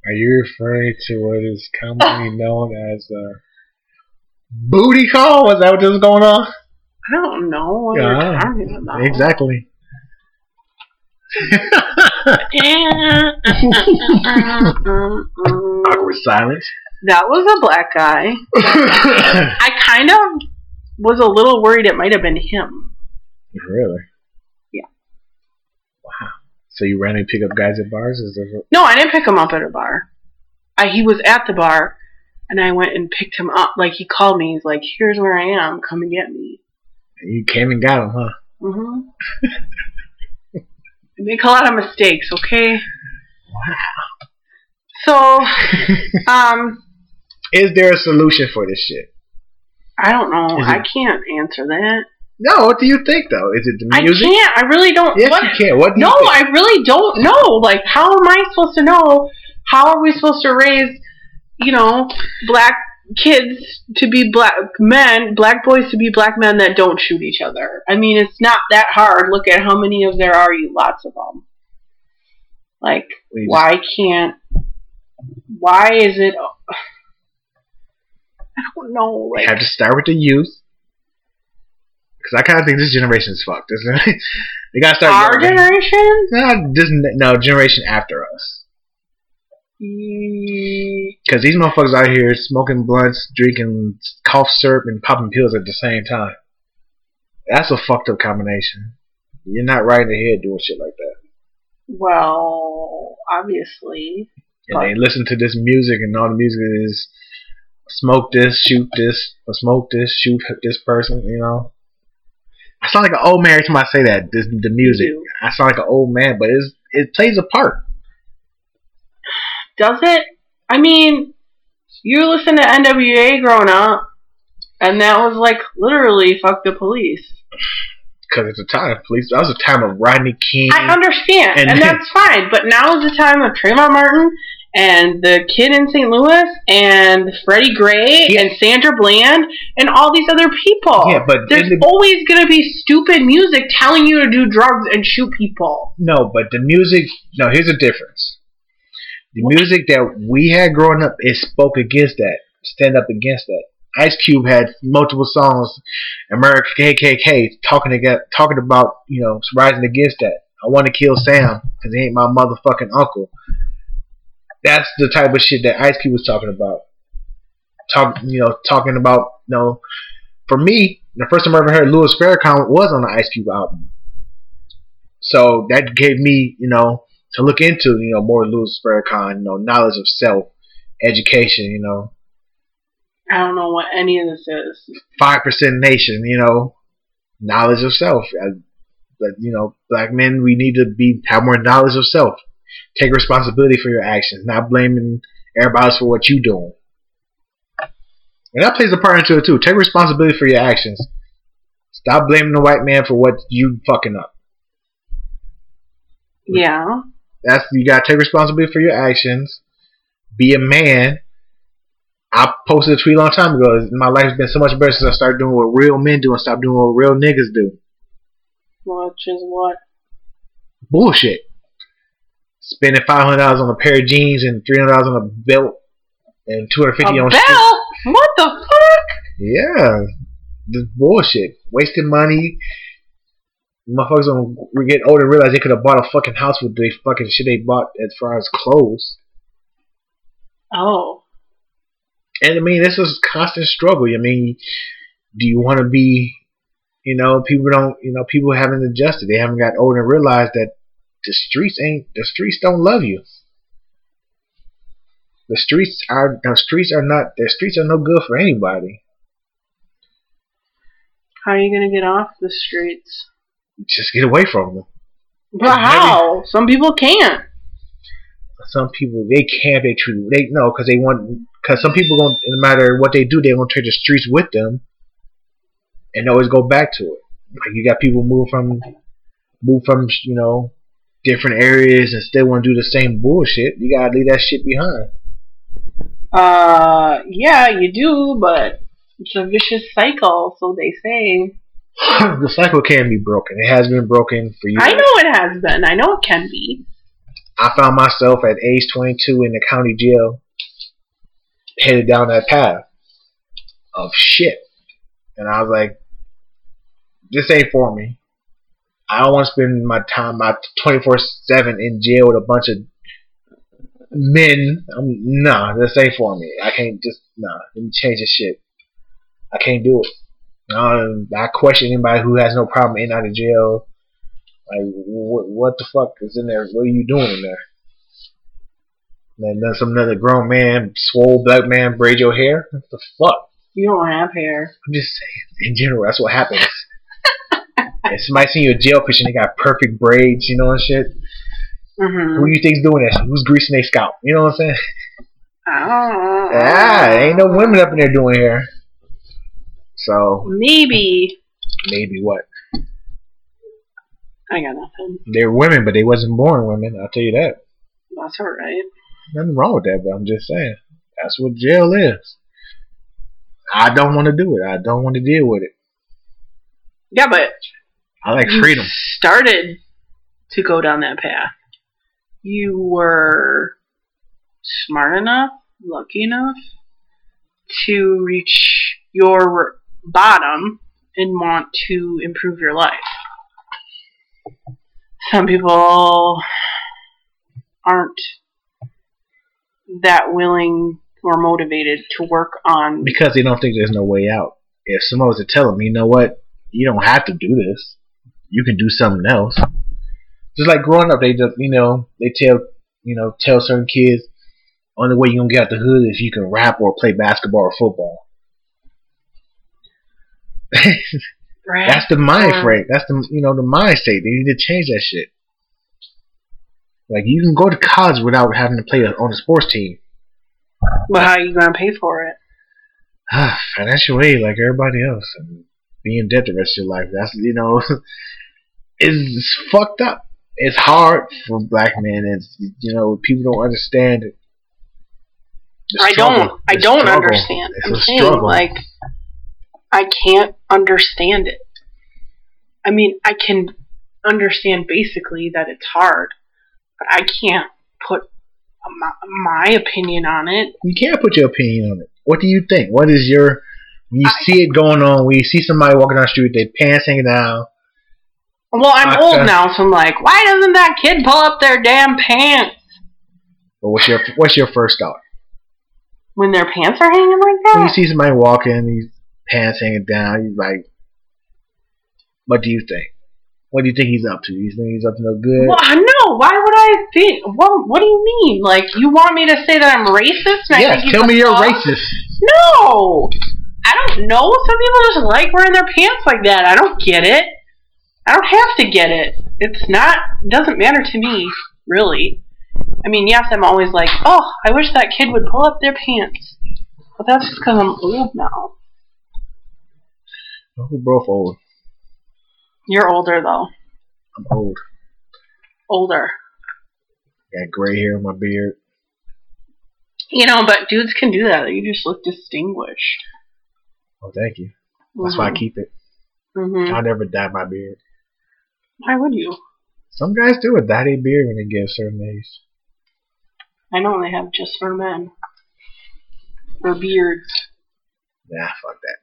Speaker 1: Are you referring to what is commonly known as a booty call? Is that what this is going on?
Speaker 2: I don't know what
Speaker 1: Yeah,
Speaker 2: you're talking about.
Speaker 1: Exactly. [laughs] Awkward [laughs] silence.
Speaker 2: [laughs] that was a black guy.
Speaker 1: really?
Speaker 2: I kind of was a little worried it might have been him. Yeah.
Speaker 1: Wow. So you randomly pick up guys at bars? Is that what-
Speaker 2: No, I didn't pick him up at a bar. I, he was at the bar, and I went and picked him up. Like he called me. He's like, "Here's where I am. Come and get me."
Speaker 1: you came and got him, huh?
Speaker 2: hmm I [laughs] make a lot of mistakes, okay?
Speaker 1: [laughs]
Speaker 2: Wow. So, um,
Speaker 1: Is there a solution for this shit?
Speaker 2: I don't know.
Speaker 1: Is it-
Speaker 2: I can't answer that.
Speaker 1: No. What do you think though? Is it the
Speaker 2: I
Speaker 1: music?
Speaker 2: can't. I really don't.
Speaker 1: Yes,
Speaker 2: what-
Speaker 1: you can. What do
Speaker 2: No,
Speaker 1: you think?
Speaker 2: I really don't know. Like, how am I supposed to know? How are we supposed to raise, you know, black kids to be black men, black boys to be black men that don't shoot each other? I mean, it's not that hard. Look at how many of there are you. Lots of them. Like,
Speaker 1: We just-
Speaker 2: why can't? Why is it? I don't know.
Speaker 1: We
Speaker 2: Like,
Speaker 1: have to start with the youth. Because I kind of think this generation is fucked. Isn't it? [laughs] they gotta start.
Speaker 2: our
Speaker 1: young.
Speaker 2: generation.
Speaker 1: No, this, no, generation after us.
Speaker 2: Mm,
Speaker 1: Because these motherfuckers out here smoking blunts, drinking cough syrup, and popping pills at the same time. That's a fucked up combination. You're not right in the head doing shit like that.
Speaker 2: Well, obviously.
Speaker 1: And they listen to this music, and all the music is smoke this, shoot this, or smoke this, shoot this person, you know? I sound like an old man every time I say that, this, the music.
Speaker 2: do.
Speaker 1: I sound like an old man, but it's, it plays a part.
Speaker 2: Does it? I mean, you listen to NWA growing up, and that was like literally fuck the police.
Speaker 1: Because at the time, police, that was a time of Rodney King.
Speaker 2: I understand,
Speaker 1: Mm-hmm. And-
Speaker 2: and, that's fine, but now is the time of Trayvon Martin and the kid in St. Louis and Freddie Gray
Speaker 1: Yeah.
Speaker 2: and Sandra Bland and all these other people.
Speaker 1: yeah, but
Speaker 2: There's
Speaker 1: in the-
Speaker 2: always going to be stupid music telling you to do drugs and shoot people.
Speaker 1: No, but the music. No, here's the difference. The music that we had growing up, it spoke against that. Stand up against that. Ice Cube had multiple songs, America KKK, talking against, talking about you know rising against that. I want to kill Sam because he ain't my motherfucking uncle. That's the type of shit that Ice Cube was talking about. Talk, you know, talking about you know. For me, the first time I ever heard Louis Farrakhan was on the Ice Cube album. So that gave me, you know, to look into, you know, more Louis Farrakhan, you know, knowledge of self, education, you know,
Speaker 2: I don't know what any of this is.
Speaker 1: five percent nation, you know, knowledge of self. Uh, But you know, black men, we need to be have more knowledge of self. Take responsibility for your actions, not blaming everybody else for what you doing. And that plays a part into it too. Take responsibility for your actions. Stop blaming the white man for what you fucking up. Mm-hmm.
Speaker 2: Yeah.
Speaker 1: that's you gotta take responsibility for your actions. Be a man. I posted a tweet a long time ago. My life's been so much better since I started doing what real men do and stopped doing what real niggas do.
Speaker 2: Which is what?
Speaker 1: Bullshit. Spending five hundred dollars on a pair of jeans and three hundred dollars on a belt and two hundred
Speaker 2: A
Speaker 1: fifty on shit.
Speaker 2: bell? What the fuck?
Speaker 1: Yeah, this bullshit. Wasting money. Motherfuckers when we get older and realize they could have bought a fucking house with the fucking shit they bought as far as clothes.
Speaker 2: Oh.
Speaker 1: And I mean, this is constant struggle. I mean, do you want to be, you know, people don't, you know, people haven't adjusted. They haven't got older and realized that the streets ain't, the streets don't love you. The streets are the streets are not the streets are no good for anybody.
Speaker 2: How are you gonna get off the streets?
Speaker 1: Just get away from them.
Speaker 2: But how? Some people can't.
Speaker 1: Some people they can't they treat they no because they want because some people going no matter what they do they want to take the streets with them and always go back to it. Like you got people move from move from you know different areas and still want to do the same bullshit. You gotta leave that shit behind. [clears throat]
Speaker 2: Uh, yeah, you do, but it's a vicious cycle, so they say.
Speaker 1: the cycle can be broken. It has been broken for years.
Speaker 2: I know it has been. I know it can be.
Speaker 1: I found myself at age 22 in the county jail, headed down that path of shit. And I was like, this ain't for me. I don't want to spend my time, my 24 7 in jail with a bunch of men. I'm, nah, this ain't for me. I can't just, nah, let me change this shit. I can't do it. Um, I question anybody who has no problem in out of jail. Like, what, what the fuck is in there? What are you doing in there? And then some another grown man, swole black man, braid your hair. What the fuck?
Speaker 2: You don't have hair.
Speaker 1: I'm just saying. In general, that's what happens. and somebody seen your jail picture and they got perfect braids, you know and shit.
Speaker 2: Mm-hmm.
Speaker 1: Who you think's doing that? Who's greasing their scalp? You know what I'm saying?
Speaker 2: Oh.
Speaker 1: Ah, ain't no women up in there doing hair. So
Speaker 2: Maybe.
Speaker 1: maybe what?
Speaker 2: I got nothing.
Speaker 1: They're women, but they wasn't born women. I'll tell you that.
Speaker 2: That's all right.
Speaker 1: Nothing wrong with that, but I'm just saying that's what jail is. I don't want to do it. I don't want to deal with it.
Speaker 2: Yeah, but
Speaker 1: I like
Speaker 2: you
Speaker 1: freedom.
Speaker 2: started to go down that path. You were smart enough, lucky enough to reach your bottom and want to improve your life. Some people aren't that willing or motivated to work on.
Speaker 1: because they don't think there's no way out. If someone was to tell them, you know what, you don't have to do this. You can do something else. Just like growing up, they just you know they tell you know tell certain kids only way you gonna get out the hood is if you can rap or play basketball or football.
Speaker 2: Right?
Speaker 1: That's the mind
Speaker 2: Yeah.
Speaker 1: frame. That's the you know the mind state. They need to change that shit. Like you can go to college without having to play on a sports team. [sighs]
Speaker 2: but how are you going to pay for it?
Speaker 1: financial aid like everybody else and be in debt the rest of your life. That's you know [laughs] it's, it's fucked up. It's hard for black men it's you know, people don't understand it. The
Speaker 2: I
Speaker 1: struggle.
Speaker 2: don't. I
Speaker 1: The
Speaker 2: don't
Speaker 1: struggle.
Speaker 2: understand.
Speaker 1: It's
Speaker 2: I'm
Speaker 1: a
Speaker 2: saying
Speaker 1: struggle.
Speaker 2: like I can't understand it. I mean, I can understand basically that it's hard, but I can't put my, my opinion on it.
Speaker 1: you can't put your opinion on it. What do you think? What is your when you
Speaker 2: I-
Speaker 1: see it going on, when you see somebody walking down the street with their pants hanging down,
Speaker 2: Well, I'm
Speaker 1: Uh, uh.
Speaker 2: old now, so I'm like, why doesn't that kid pull up their damn pants
Speaker 1: but what's your what's your first thought?
Speaker 2: when their pants are hanging like
Speaker 1: When you
Speaker 2: that?
Speaker 1: see somebody walking, these pants hanging down, you like, what do you think? What do you think he's up to? You think he's up to no good?
Speaker 2: Well, I know. Why would I think? Well, what do you mean? Like, you want me to say that I'm racist? and I
Speaker 1: Yes,
Speaker 2: think he's
Speaker 1: tell
Speaker 2: a
Speaker 1: me you're
Speaker 2: fuck?
Speaker 1: racist.
Speaker 2: No! I don't know. Some people just like wearing their pants like that. I don't get it. I don't have to get it. It's not, it doesn't matter to me, really. I mean, yes, I'm always like, oh, I wish that kid would pull up their pants. But that's just because I'm old now.
Speaker 1: We're both old.
Speaker 2: You're older, though.
Speaker 1: I'm old.
Speaker 2: Older.
Speaker 1: Got gray hair in my beard.
Speaker 2: You know, but dudes can do that. You just look distinguished. Mm-hmm.
Speaker 1: Oh, thank you. That's why I keep it.
Speaker 2: hmm
Speaker 1: I'll never dye my beard.
Speaker 2: Why would you?
Speaker 1: Some guys do it. Dye their beard when they get a certain age.
Speaker 2: I know they have just for men. Or beards.
Speaker 1: Nah, fuck that.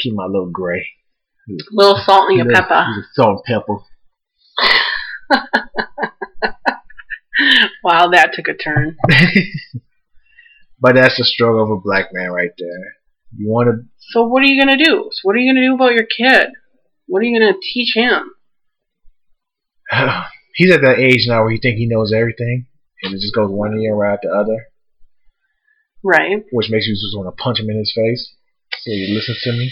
Speaker 1: Keep my little gray.
Speaker 2: Little salt and your
Speaker 1: Little-
Speaker 2: pepper.
Speaker 1: little Salt and pepper. [laughs]
Speaker 2: Wow, that took a turn.
Speaker 1: but that's the struggle of a black man right there. You want [sighs] to
Speaker 2: So what are you gonna do? So what are you gonna do about your kid? What are you gonna teach him?
Speaker 1: he's at that age now where he think he knows everything and it just goes one ear right out the other,
Speaker 2: Right.
Speaker 1: which makes you just want to punch him in his face. So you listen to me.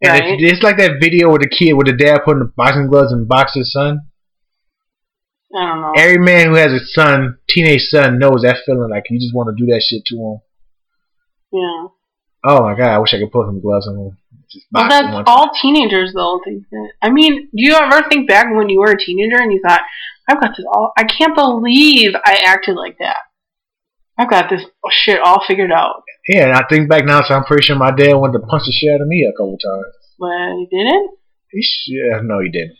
Speaker 1: And it's-
Speaker 2: Right.
Speaker 1: it's, like that video with the kid with the dad putting the boxing gloves and box his son.
Speaker 2: I don't know.
Speaker 1: Every man who has a son, teenage son, knows that feeling. Like you just want to do that shit to him.
Speaker 2: yeah.
Speaker 1: Oh my god, I wish I could put some gloves on him. Just
Speaker 2: Well,
Speaker 1: box him
Speaker 2: that's
Speaker 1: one time.
Speaker 2: all teenagers though. think that. I mean, do you ever think back when you were a teenager and you thought, "I've got this all. I can't believe I acted like that. I've got this shit all figured out."
Speaker 1: Yeah, and I think back now, so I'm pretty sure my dad wanted to punch the shit out of me a couple times.
Speaker 2: But I didn't.
Speaker 1: He sh- yeah, no, he didn't.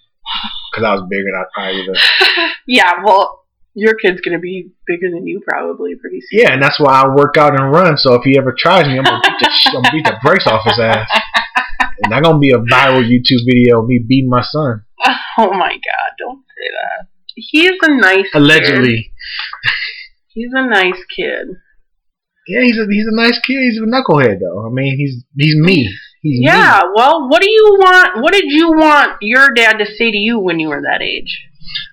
Speaker 1: Because I was bigger and I probably would have.
Speaker 2: yeah. Well, your kid's gonna be bigger than you probably pretty soon.
Speaker 1: Yeah, and that's why I work out and run. So if he ever tries me, I'm going to beat the, sh- I'm gonna beat the brakes off his ass. And that's going to be a viral YouTube video of me beating my son.
Speaker 2: Oh my god! Don't say that. He's a nice. Kid.
Speaker 1: Allegedly.
Speaker 2: He's a nice kid.
Speaker 1: Yeah, he's a, he's a nice kid. He's a knucklehead, though. I mean, he's he's me. He's me.
Speaker 2: Yeah. Well, what do you want? What did you want your dad to say to you when you were that age?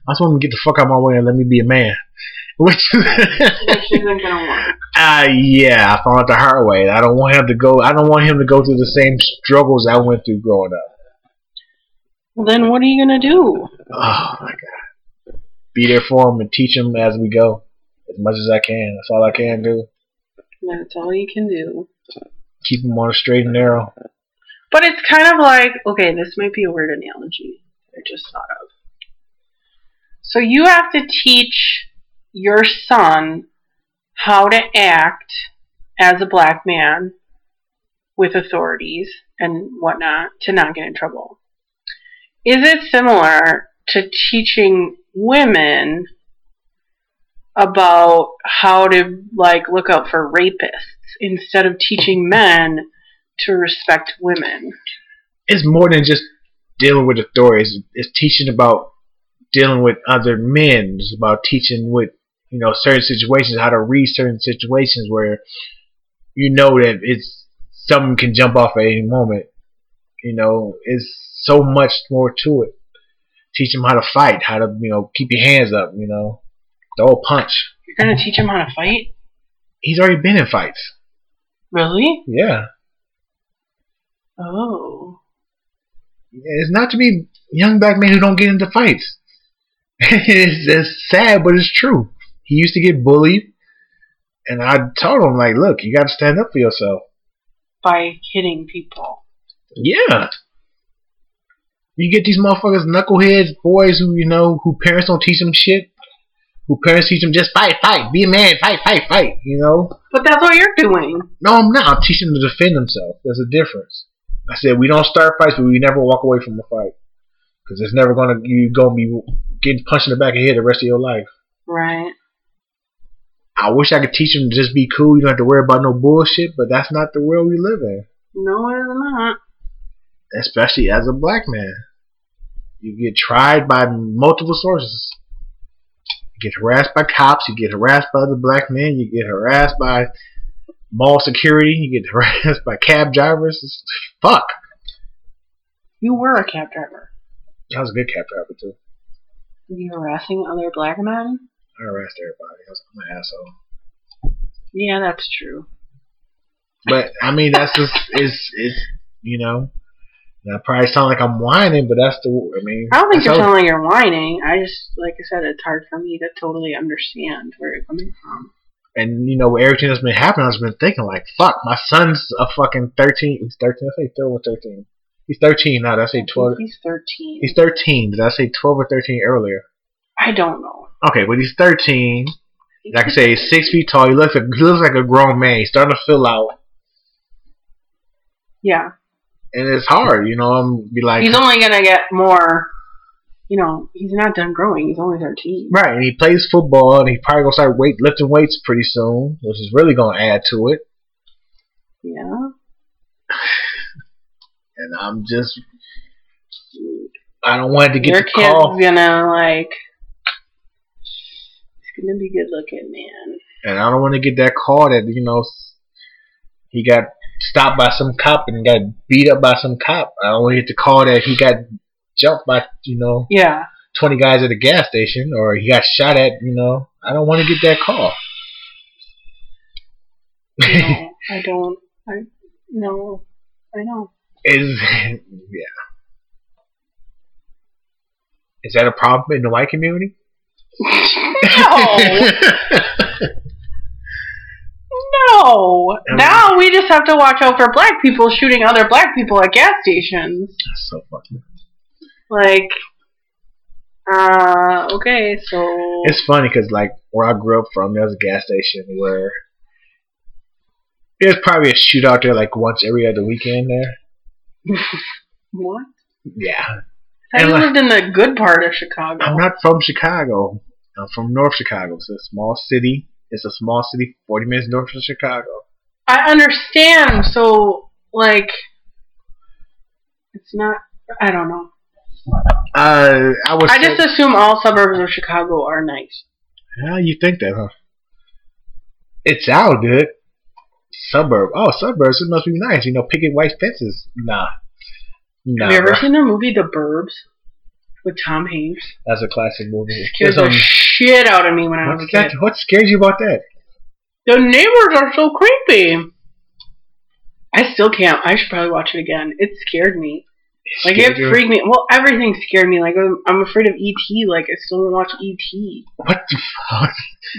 Speaker 1: I just want him to get the fuck out of my way and let me be a man. Which. [laughs]
Speaker 2: Which isn't gonna work.
Speaker 1: Uh, yeah, I found out the hard way. I don't want him to go. I don't want him to go through the same struggles I went through growing up.
Speaker 2: Well, then what are you gonna do?
Speaker 1: Oh my god! Be there for him and teach him as we go, as much as I can. That's all I can do.
Speaker 2: That's all you can do.
Speaker 1: Keep him on a straight and narrow.
Speaker 2: But it's kind of like okay, this might be a weird analogy I just thought of. So you have to teach your son how to act as a black man with authorities and whatnot to not get in trouble. Is it similar to teaching women about how to like look out for rapists instead of teaching men to respect women?
Speaker 1: It's more than just dealing with authorities. It's teaching about dealing with other men. It's about teaching with you know certain situations how to read certain situations where you know that it's something can jump off at any moment. You know, it's so much more to it. Teach them how to fight, how to you know keep your hands up. You know, throw a punch.
Speaker 2: You're gonna teach him how to fight?
Speaker 1: He's already been in fights.
Speaker 2: Really?
Speaker 1: Yeah,
Speaker 2: Oh.
Speaker 1: it's not to be young black men who don't get into fights. [laughs] it's, it's sad, but it's true. He used to get bullied, and I told him like, look, you got to stand up for yourself.
Speaker 2: By hitting people.
Speaker 1: Yeah. You get these motherfuckers, knuckleheads, boys who, you know, who parents don't teach them shit. Who parents teach them just fight, fight, be a man, fight, fight, fight, you know?
Speaker 2: But that's what you're doing.
Speaker 1: No, I'm not. I'm teaching them to defend themselves. There's a difference. I said, we don't start fights, but we never walk away from a fight. Because it's never going to, you're going to be getting punched in the back of the head the rest of your life.
Speaker 2: Right.
Speaker 1: I wish I could teach them to just be cool. You don't have to worry about no bullshit, but that's not the world we live in.
Speaker 2: No, it is not.
Speaker 1: especially as a black man. You get tried by multiple sources. You get harassed by cops. You get harassed by other black men. You get harassed by mall security. You get [laughs] harassed by cab drivers. It's, fuck.
Speaker 2: You were a cab driver.
Speaker 1: I was a good cab driver too.
Speaker 2: You harassing other black men?
Speaker 1: I harassed everybody. I was, I'm an asshole.
Speaker 2: Yeah, that's true.
Speaker 1: But I mean, that's just it's it's you know. And I probably sound like I'm whining, but that's the I mean.
Speaker 2: I don't think
Speaker 1: that's
Speaker 2: you're
Speaker 1: how-
Speaker 2: sounding like you're whining. I just, like I said, it's hard for me to totally understand where you're coming from.
Speaker 1: and you know with everything that's been happening, I've just been thinking like, fuck, my son's a fucking thirteen. He's thirteen. I say twelve or thirteen. He's thirteen now. Did I say twelve?
Speaker 2: He's 13.
Speaker 1: He's thirteen. Did I say twelve or thirteen earlier?
Speaker 2: I don't know.
Speaker 1: Okay, but he's thirteen. Like I say, he's six feet tall. He looks like, he looks like a grown man. He's starting to fill out,
Speaker 2: Yeah.
Speaker 1: and it's hard. You know, I'm be like,
Speaker 2: He's only gonna get more. You know, he's not done growing. He's only 13.
Speaker 1: right. And he plays football, and he probably gonna start weight lifting weights pretty soon, which is really gonna add to it.
Speaker 2: Yeah.
Speaker 1: And I'm just, I don't want it to get
Speaker 2: Your
Speaker 1: the
Speaker 2: kid's
Speaker 1: call.
Speaker 2: gonna like. He's gonna be good looking, man.
Speaker 1: and I don't want to get that call that you know he got stopped by some cop and got beat up by some cop. I don't want to get the call that he got jumped by you know
Speaker 2: Yeah.
Speaker 1: twenty guys at a gas station or he got shot at, you know, I don't want to get that call.
Speaker 2: [laughs] No, I don't. I no. I know. [laughs]
Speaker 1: Is [laughs] yeah. Is that a problem in the white community?
Speaker 2: [laughs] No,
Speaker 1: [laughs]
Speaker 2: no. Now we just have to watch out for black people shooting other black people at gas stations.
Speaker 1: so fucking.
Speaker 2: Like, uh, okay, so
Speaker 1: It's funny because like where I grew up from, there was a gas station where there's probably a shootout there like once every other weekend there.
Speaker 2: what?
Speaker 1: Yeah,
Speaker 2: I
Speaker 1: And
Speaker 2: thought you
Speaker 1: like-
Speaker 2: lived in the good part of Chicago.
Speaker 1: I'm not from Chicago. I'm from North Chicago. It's a small city. It's a small city, 40 minutes north of Chicago.
Speaker 2: I understand. So, like, it's not. I don't know.
Speaker 1: Uh, I was.
Speaker 2: I just assume all suburbs of Chicago are nice.
Speaker 1: How you think that, huh? It sounds good. Suburb. Oh, suburbs. It must be nice. You know, picket white fences. Nah. Nah.
Speaker 2: Have you ever
Speaker 1: bruh.
Speaker 2: seen the movie The Burbs with Tom Hanks?
Speaker 1: That's a classic movie.
Speaker 2: Scared the
Speaker 1: There's some-
Speaker 2: shit out of me when I was a
Speaker 1: um, What's
Speaker 2: kid.
Speaker 1: that? What scares you about that?
Speaker 2: The neighbors are so creepy. I still can't. I should probably watch it again. It scared me. Like
Speaker 1: Scared
Speaker 2: it
Speaker 1: you?
Speaker 2: freaked me. Well, everything scared me. Like I'm, I'm afraid of ET. Like I still don't watch ET.
Speaker 1: What the fuck?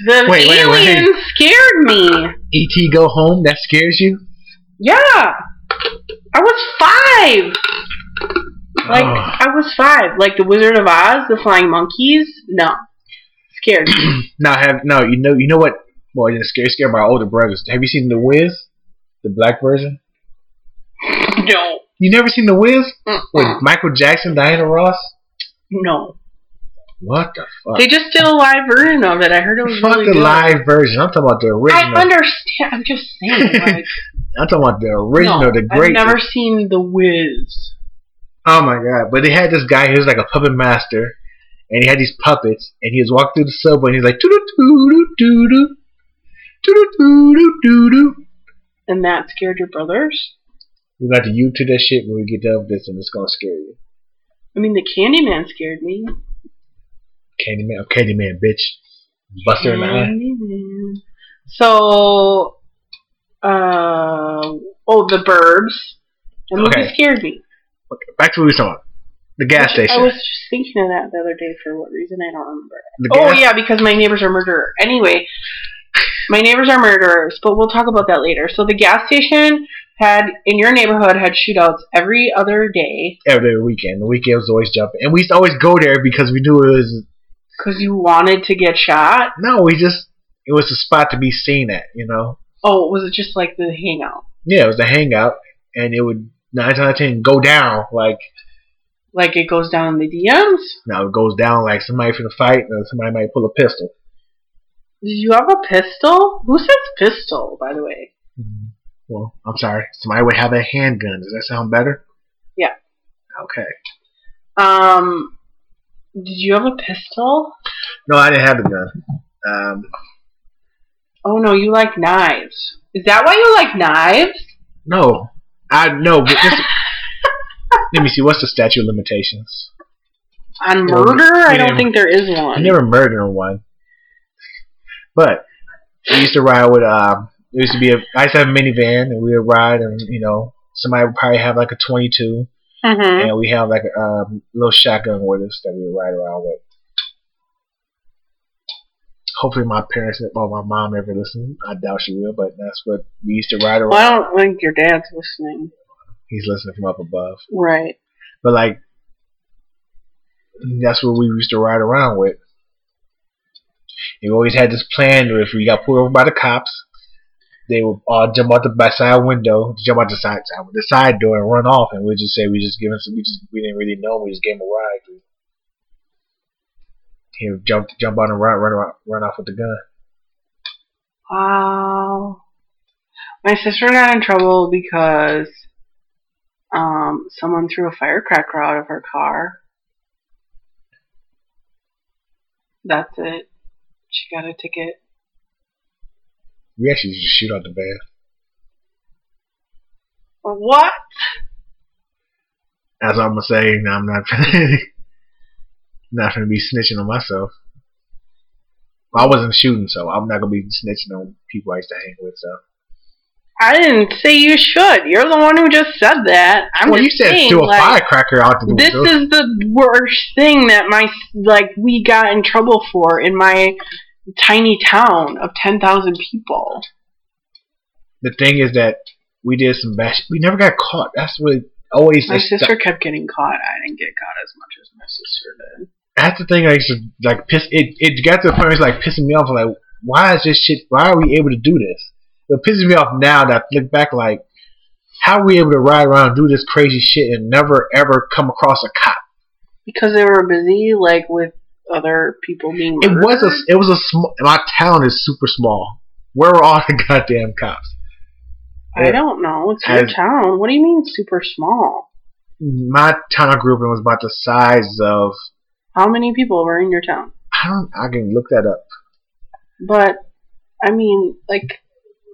Speaker 2: The
Speaker 1: Wait, wait,
Speaker 2: alien
Speaker 1: wait.
Speaker 2: scared me.
Speaker 1: E.T. E Go Home? That scares you?
Speaker 2: Yeah. I was five. Like
Speaker 1: Ugh.
Speaker 2: I was five. Like the Wizard of Oz, the flying monkeys. No,
Speaker 1: [laughs]
Speaker 2: scared.
Speaker 1: No, I have no. You know, you know what? Well, you're scared. Scared by older brothers. Have you seen The Wiz? The black version.
Speaker 2: no,
Speaker 1: You never seen The Wiz with
Speaker 2: Mm-mm.
Speaker 1: Michael Jackson, Diana Ross?
Speaker 2: no.
Speaker 1: What the fuck?
Speaker 2: They just did a live version of it. I heard it was
Speaker 1: Fuck
Speaker 2: really
Speaker 1: the
Speaker 2: good.
Speaker 1: live version. I'm talking about the
Speaker 2: I
Speaker 1: original.
Speaker 2: understand. I'm just
Speaker 1: [laughs]
Speaker 2: saying. Like,
Speaker 1: I'm talking about the original,
Speaker 2: no,
Speaker 1: the great.
Speaker 2: I've never seen The Wiz.
Speaker 1: oh my god! But they had this guy who was like a puppet master, and he had these puppets, and he was walking through the subway, and he's like, doo doo doo doo doo doo doo doo doo.
Speaker 2: And that scared your brothers?
Speaker 1: We got to YouTube that shit when we get done with this, and it's gonna scare you.
Speaker 2: I mean, the Candyman scared me.
Speaker 1: Candyman, I'm Candyman, bitch. Buster and I.
Speaker 2: Candyman. So, uh, oh, The Burbs. That movie
Speaker 1: Okay.
Speaker 2: scared me.
Speaker 1: Okay, back to what we were talking about. The gas
Speaker 2: Which
Speaker 1: station.
Speaker 2: Mm-hmm. I was just thinking of that the other day for what reason I don't remember.
Speaker 1: the
Speaker 2: Oh
Speaker 1: gas,
Speaker 2: yeah, because my neighbors are murderers. Anyway, my neighbors are murderers, but we'll talk about that later. So the gas station had in your neighborhood had shootouts every other day
Speaker 1: Every weekend. The weekend was always jumping. And we used to always go there because we knew it was.
Speaker 2: because you wanted to get shot.
Speaker 1: No, we just. It was a spot to be seen at, you know?
Speaker 2: Oh, was it just like the hangout?
Speaker 1: Yeah, it was a hangout. And it would, 9 times out of 10, go down. Like,
Speaker 2: Like it goes down in the DMs?
Speaker 1: now it goes down like somebody finna fight and somebody might pull a pistol.
Speaker 2: Did you have a pistol? Who says pistol, by the way?
Speaker 1: Well, I'm sorry. Somebody would have a handgun. Does that sound better?
Speaker 2: Yeah.
Speaker 1: Okay.
Speaker 2: Um, did you have a pistol?
Speaker 1: No, I didn't have a gun. Um,
Speaker 2: Oh no, you like knives. Is that why you like knives?
Speaker 1: No, I no. But this, let me see. What's the statute of limitations?
Speaker 2: On
Speaker 1: Well,
Speaker 2: murder? I
Speaker 1: we
Speaker 2: don't
Speaker 1: never-
Speaker 2: think there is one.
Speaker 1: I never murdered one, but we used to ride with. Um, there used to be a. I used to have a minivan, and we would ride, and you know, somebody would probably have like a twenty-two,
Speaker 2: Mhm.
Speaker 1: and we have like a um, little shotgun with us that we would ride around with. Hopefully, my parents or my mom ever listen. I doubt she will, but that's what we used to ride around.
Speaker 2: Well, I don't think your dad's listening.
Speaker 1: He's listening from up above.
Speaker 2: Right.
Speaker 1: But like, that's what we used to ride around with. And we always had this plan where if we got pulled over by the cops, they would all jump out the back side window, jump out the side side the side door, and run off. And we just say we just giving some, we just we didn't really know, we just gave him a ride. He would jump jump out and run run around- run off with the gun.
Speaker 2: Wow. My sister got in trouble because um, someone threw a firecracker out of her car. That's it. She got a ticket.
Speaker 1: We actually used to shoot out the van.
Speaker 2: What?
Speaker 1: [laughs] As I'm gonna say, I'm not. not gonna be snitching on myself. I wasn't shooting, so I'm not gonna be snitching on people I used to hang with. So
Speaker 2: I didn't say you should. You're the one who just said that. I'm
Speaker 1: well, you
Speaker 2: just
Speaker 1: said
Speaker 2: saying,
Speaker 1: throw a
Speaker 2: like,
Speaker 1: firecracker out the
Speaker 2: This
Speaker 1: window.
Speaker 2: is the worst thing that my like we got in trouble for in my tiny town of ten thousand people.
Speaker 1: the thing is that we did some bash. We never got caught. That's what always.
Speaker 2: My
Speaker 1: is stuck.
Speaker 2: sister kept getting caught. I didn't get caught as much as my sister did.
Speaker 1: That's the thing. I used to like piss. It it got to the point where it's like pissing me off. Like, why is this shit? Why are we able to do this? It pisses me off now that I look back. Like, how are we able to ride around and do this crazy shit and never ever come across a cop?
Speaker 2: Because they were busy, like with other people being.
Speaker 1: It was
Speaker 2: murdered.
Speaker 1: a it was a small. My town is super small. Where were all [laughs] the goddamn cops?
Speaker 2: I don't know. It's your
Speaker 1: Has-
Speaker 2: town. What do you mean super small?
Speaker 1: My town I grew up in was about the size of
Speaker 2: How many people were in your town?
Speaker 1: I don't I can look that up.
Speaker 2: But I mean, like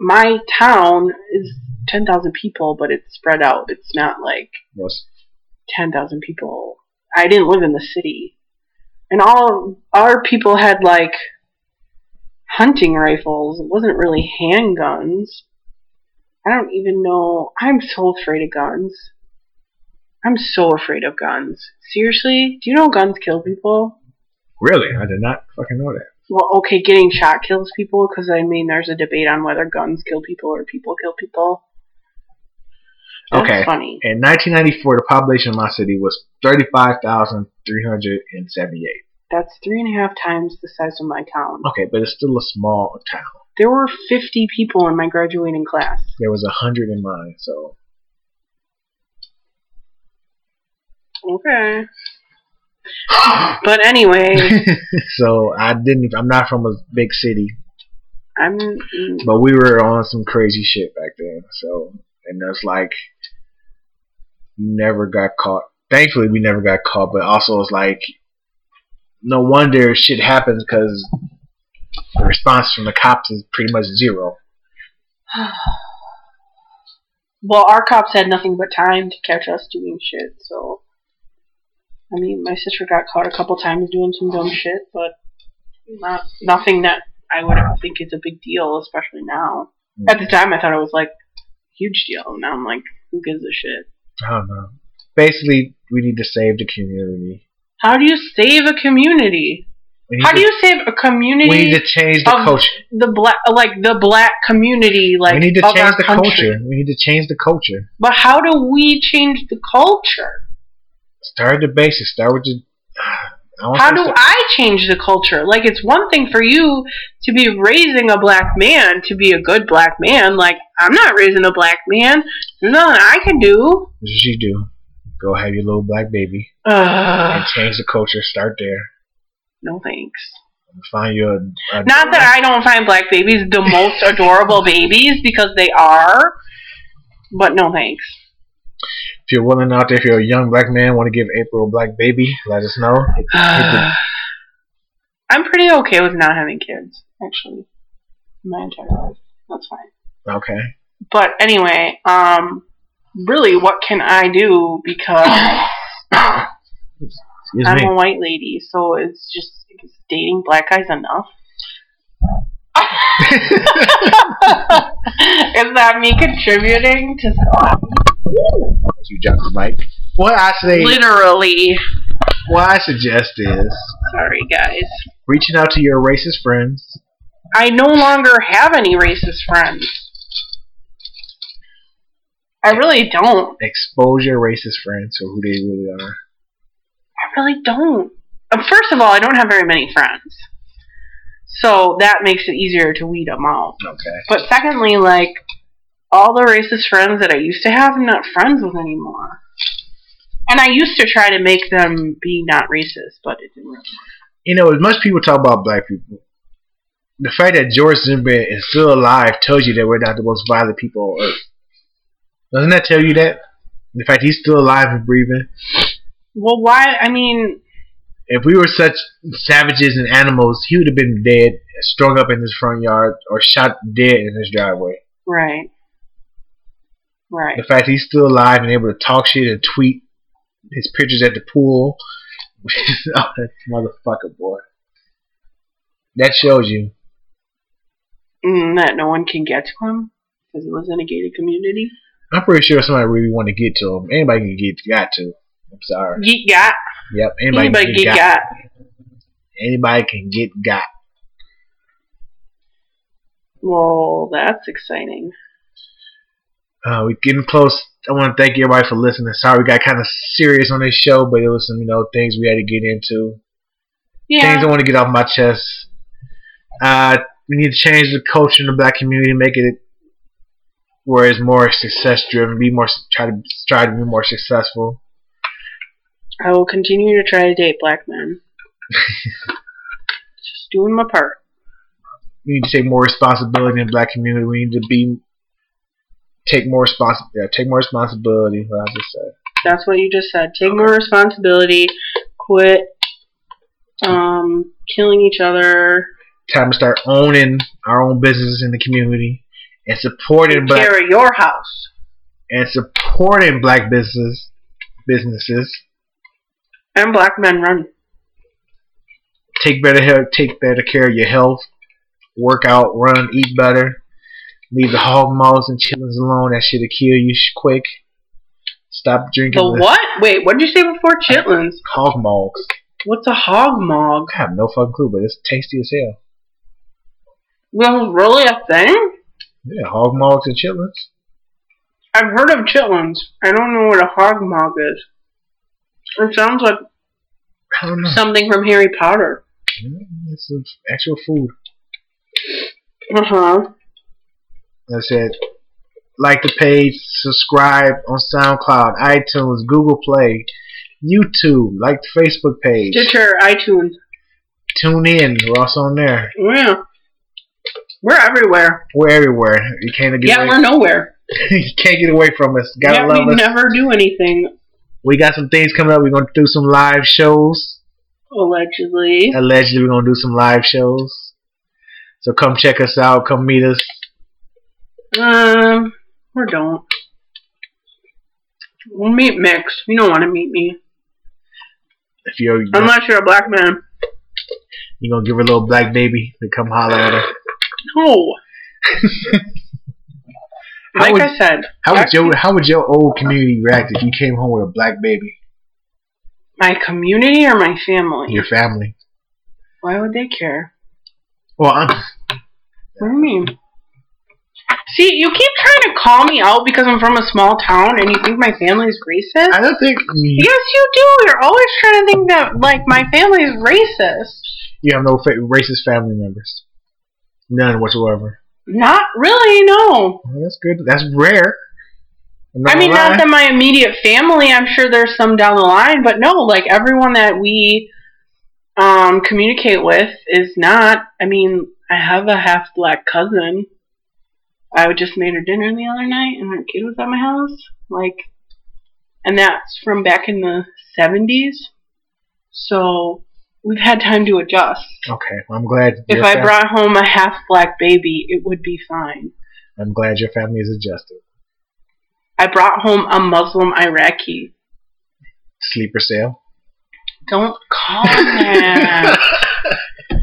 Speaker 2: my town is ten thousand people, but it's spread out. It's not like
Speaker 1: Was
Speaker 2: ten thousand people. I didn't live in the city, and all of our people had like hunting rifles. It wasn't really handguns. I don't even know. I'm so afraid of guns. I'm so afraid of guns. Seriously, do you know guns kill people?
Speaker 1: really I did not fucking know that.
Speaker 2: Well, okay, getting shot kills people because I mean, there's a debate on whether guns kill people or people kill people. That's
Speaker 1: Okay.
Speaker 2: funny.
Speaker 1: In 1994, the population of my city was 35,378.
Speaker 2: That's three and a half times the size of my town.
Speaker 1: Okay, but it's still a small town.
Speaker 2: There were 50 people in my graduating class.
Speaker 1: There was a hundred in mine, so [laughs]
Speaker 2: Okay. But anyway,
Speaker 1: so I didn't. I'm not from a big city,
Speaker 2: I'm.
Speaker 1: but we were on some crazy shit back then. So and that's like never got caught. Thankfully, we never got caught. But also, it's like no wonder shit happens because the response from the cops is pretty much zero.
Speaker 2: Well, our cops had nothing but time to catch us doing shit, so. I mean, my sister got caught a couple times doing some dumb shit, but not nothing that I would think is a big deal, especially now.
Speaker 1: Mm.
Speaker 2: At the time, I thought it was like huge deal. Now I'm like, who gives a shit?
Speaker 1: I don't know. Basically, we need to save the community.
Speaker 2: How do you save a community?
Speaker 1: We need
Speaker 2: How
Speaker 1: to,
Speaker 2: do you save a community?
Speaker 1: We need to change the
Speaker 2: of
Speaker 1: culture.
Speaker 2: the black, like the black community, like
Speaker 1: we need to
Speaker 2: of
Speaker 1: change
Speaker 2: our
Speaker 1: the
Speaker 2: country.
Speaker 1: culture. We need to change the culture.
Speaker 2: But how do we change the culture?
Speaker 1: Start at the basics. Start with the. [sighs] I want
Speaker 2: How
Speaker 1: to
Speaker 2: do
Speaker 1: say-
Speaker 2: I change the culture? Like it's one thing for you to be raising a black man to be a good black man. Like I'm not raising a black man. There's nothing I can do.
Speaker 1: This is what you do. Go have your little black baby and
Speaker 2: Ugh,
Speaker 1: change the culture. Start there.
Speaker 2: no thanks.
Speaker 1: Find your. a-
Speaker 2: Not that I don't find black babies the most adorable babies because they are, but no thanks. [sighs]
Speaker 1: If you're willing out there, if you're a young black man, want to give April a black baby, let us know.
Speaker 2: I'm pretty okay with not having kids, actually, my entire life. That's fine.
Speaker 1: Okay.
Speaker 2: But anyway, um, really, what can I do because
Speaker 1: Excuse
Speaker 2: I'm
Speaker 1: me. [laughs]
Speaker 2: a white lady? So it's just is dating black guys enough. [laughs] is that me contributing to
Speaker 1: you dropped the mic. What I say,
Speaker 2: literally?
Speaker 1: what I suggest is
Speaker 2: Sorry, guys.
Speaker 1: reaching out to your racist friends,
Speaker 2: I no longer have any racist friends. I really don't.
Speaker 1: expose your racist friends to who they really are.
Speaker 2: I really don't. Uh, First of all, I don't have very many friends. So that makes it easier to weed them out.
Speaker 1: Okay.
Speaker 2: But secondly, like, all the racist friends that I used to have, I'm not friends with anymore. And I used to try to make them be not racist, but it didn't work.
Speaker 1: You know, as much people talk about black people, the fact that George Zimmerman is still alive tells you that we're not the most violent people on earth. Doesn't that tell you that? The fact he's still alive and breathing.
Speaker 2: Well, why? I mean,
Speaker 1: If we were such savages and animals, he would have been dead, strung up in his front yard, or shot dead in his driveway.
Speaker 2: right. Right.
Speaker 1: The fact he's still alive and able to talk shit and tweet his pictures at the pool, [laughs] oh, that motherfucker, boy. That shows you.
Speaker 2: Mm, that no one can get to him because he lives in a gated community.
Speaker 1: I'm pretty sure somebody really want to get to him. Anybody can get got to. I'm sorry.
Speaker 2: Yeet got.
Speaker 1: Yep. Anybody,
Speaker 2: Anybody
Speaker 1: can get,
Speaker 2: get
Speaker 1: got.
Speaker 2: got.
Speaker 1: Anybody can get got.
Speaker 2: Well, that's exciting.
Speaker 1: Uh, we're getting close. I want to thank everybody for listening. Sorry we got kind of serious on this show, but it was some you know things we had to get into. Things I
Speaker 2: Yeah.
Speaker 1: want to get off my chest. Uh, we need to change the culture in the black community, make it where it's more success driven. Be more try to try to be more successful.
Speaker 2: I will continue to try to date black men. Just doing my part.
Speaker 1: we need to take more responsibility in the black community. We need to be take more respons- yeah, take more responsibility. What I just said.
Speaker 2: That's what you just said. Take more responsibility. Quit um, killing each other.
Speaker 1: Time to start owning our own businesses in the community and supporting
Speaker 2: Take
Speaker 1: black
Speaker 2: care of your house.
Speaker 1: and supporting black businesses businesses.
Speaker 2: And black men run.
Speaker 1: Take better health, take better care of your health. Work out, run, eat better. Leave the hog maws and chitlins alone. That shit'll kill you sh- quick. Stop drinking
Speaker 2: The what? Wait, what did you say before chitlins?
Speaker 1: hog maws.
Speaker 2: What's a hog mog?
Speaker 1: I have no fucking clue, but it's tasty as hell.
Speaker 2: Well, really a thing?
Speaker 1: Yeah, hog mugs and chitlins.
Speaker 2: I've heard of chitlins. I don't know what a hog mog is. It sounds like
Speaker 1: I don't know.
Speaker 2: something from Harry Potter.
Speaker 1: Mm, It's some actual food.
Speaker 2: Uh huh.
Speaker 1: Like I said, like the page, subscribe on SoundCloud, iTunes, Google Play, YouTube, like the Facebook page.
Speaker 2: Stitcher, iTunes.
Speaker 1: Tune in. We're also on there.
Speaker 2: Oh, Yeah. We're everywhere.
Speaker 1: We're everywhere. You can't get
Speaker 2: Yeah,
Speaker 1: away.
Speaker 2: we're nowhere.
Speaker 1: [laughs] you can't get away from us. Gotta
Speaker 2: Yeah,
Speaker 1: love
Speaker 2: we
Speaker 1: us.
Speaker 2: never do anything,
Speaker 1: We got some things coming up. We're gonna do some live shows.
Speaker 2: allegedly.
Speaker 1: Allegedly, we're gonna do some live shows. So come check us out. Come meet us.
Speaker 2: Um, or don't. We'll meet Mix. You don't want to meet me.
Speaker 1: If you're
Speaker 2: Unless you're a black man.
Speaker 1: you're gonna give her a little black baby to come holler at her.
Speaker 2: No.
Speaker 1: [laughs] How
Speaker 2: like
Speaker 1: would-
Speaker 2: I said,
Speaker 1: How would
Speaker 2: Black
Speaker 1: your How would your old community react if you came home with a black baby?
Speaker 2: my community or my family?
Speaker 1: Your family.
Speaker 2: Why would they care?
Speaker 1: Well, I'm,
Speaker 2: What do you mean? See, you keep trying to call me out because I'm from a small town and you think my family's racist?
Speaker 1: I don't think you,
Speaker 2: yes, you do. You're always trying to think that, like, my family's racist.
Speaker 1: you have no fa- racist family members. None whatsoever.
Speaker 2: Not really, no.
Speaker 1: Well, that's good. That's rare. I'm not
Speaker 2: I mean,
Speaker 1: gonna
Speaker 2: not
Speaker 1: lie.
Speaker 2: that my immediate family, I'm sure there's some down the line, but no, like, everyone that we um, communicate with is not. I mean, I have a half black cousin. I just made her dinner the other night, and her kid was at my house. Like, and that's from back in the 70s. So we've had time to adjust.
Speaker 1: Okay, well, I'm glad.
Speaker 2: If
Speaker 1: your
Speaker 2: I
Speaker 1: fam-
Speaker 2: brought home a half black baby, it would be fine.
Speaker 1: I'm glad your family is adjusted.
Speaker 2: I brought home a Muslim Iraqi.
Speaker 1: Sleeper sale.
Speaker 2: [laughs] Don't call that.
Speaker 1: [laughs]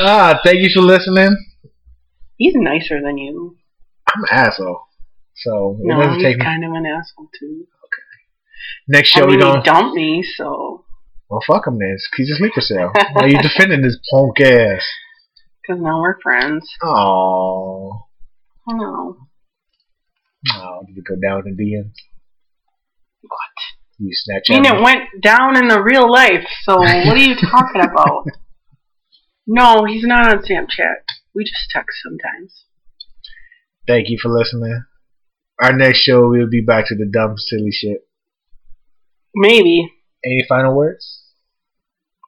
Speaker 1: ah, thank you for listening.
Speaker 2: He's nicer than you.
Speaker 1: I'm an asshole, so it
Speaker 2: No,
Speaker 1: doesn't
Speaker 2: he's
Speaker 1: take me.
Speaker 2: kind of an asshole too.
Speaker 1: Next
Speaker 2: I
Speaker 1: show we
Speaker 2: mean,
Speaker 1: gonna
Speaker 2: he dumped me, so
Speaker 1: well fuck him then. He's a sleeper
Speaker 2: [laughs]
Speaker 1: sale. Why you defending this punk ass?
Speaker 2: because now we're friends.
Speaker 1: Oh.
Speaker 2: Oh no.
Speaker 1: Oh, did it go down in the DMs?
Speaker 2: What?
Speaker 1: You
Speaker 2: I
Speaker 1: Snapchat
Speaker 2: mean, it
Speaker 1: me?
Speaker 2: went down in the real life, so what
Speaker 1: [laughs]
Speaker 2: are you talking about? No, he's not on Snapchat. We just text sometimes.
Speaker 1: Thank you for listening. Our next show, we'll be back to the dumb, silly shit.
Speaker 2: Maybe.
Speaker 1: Any final words?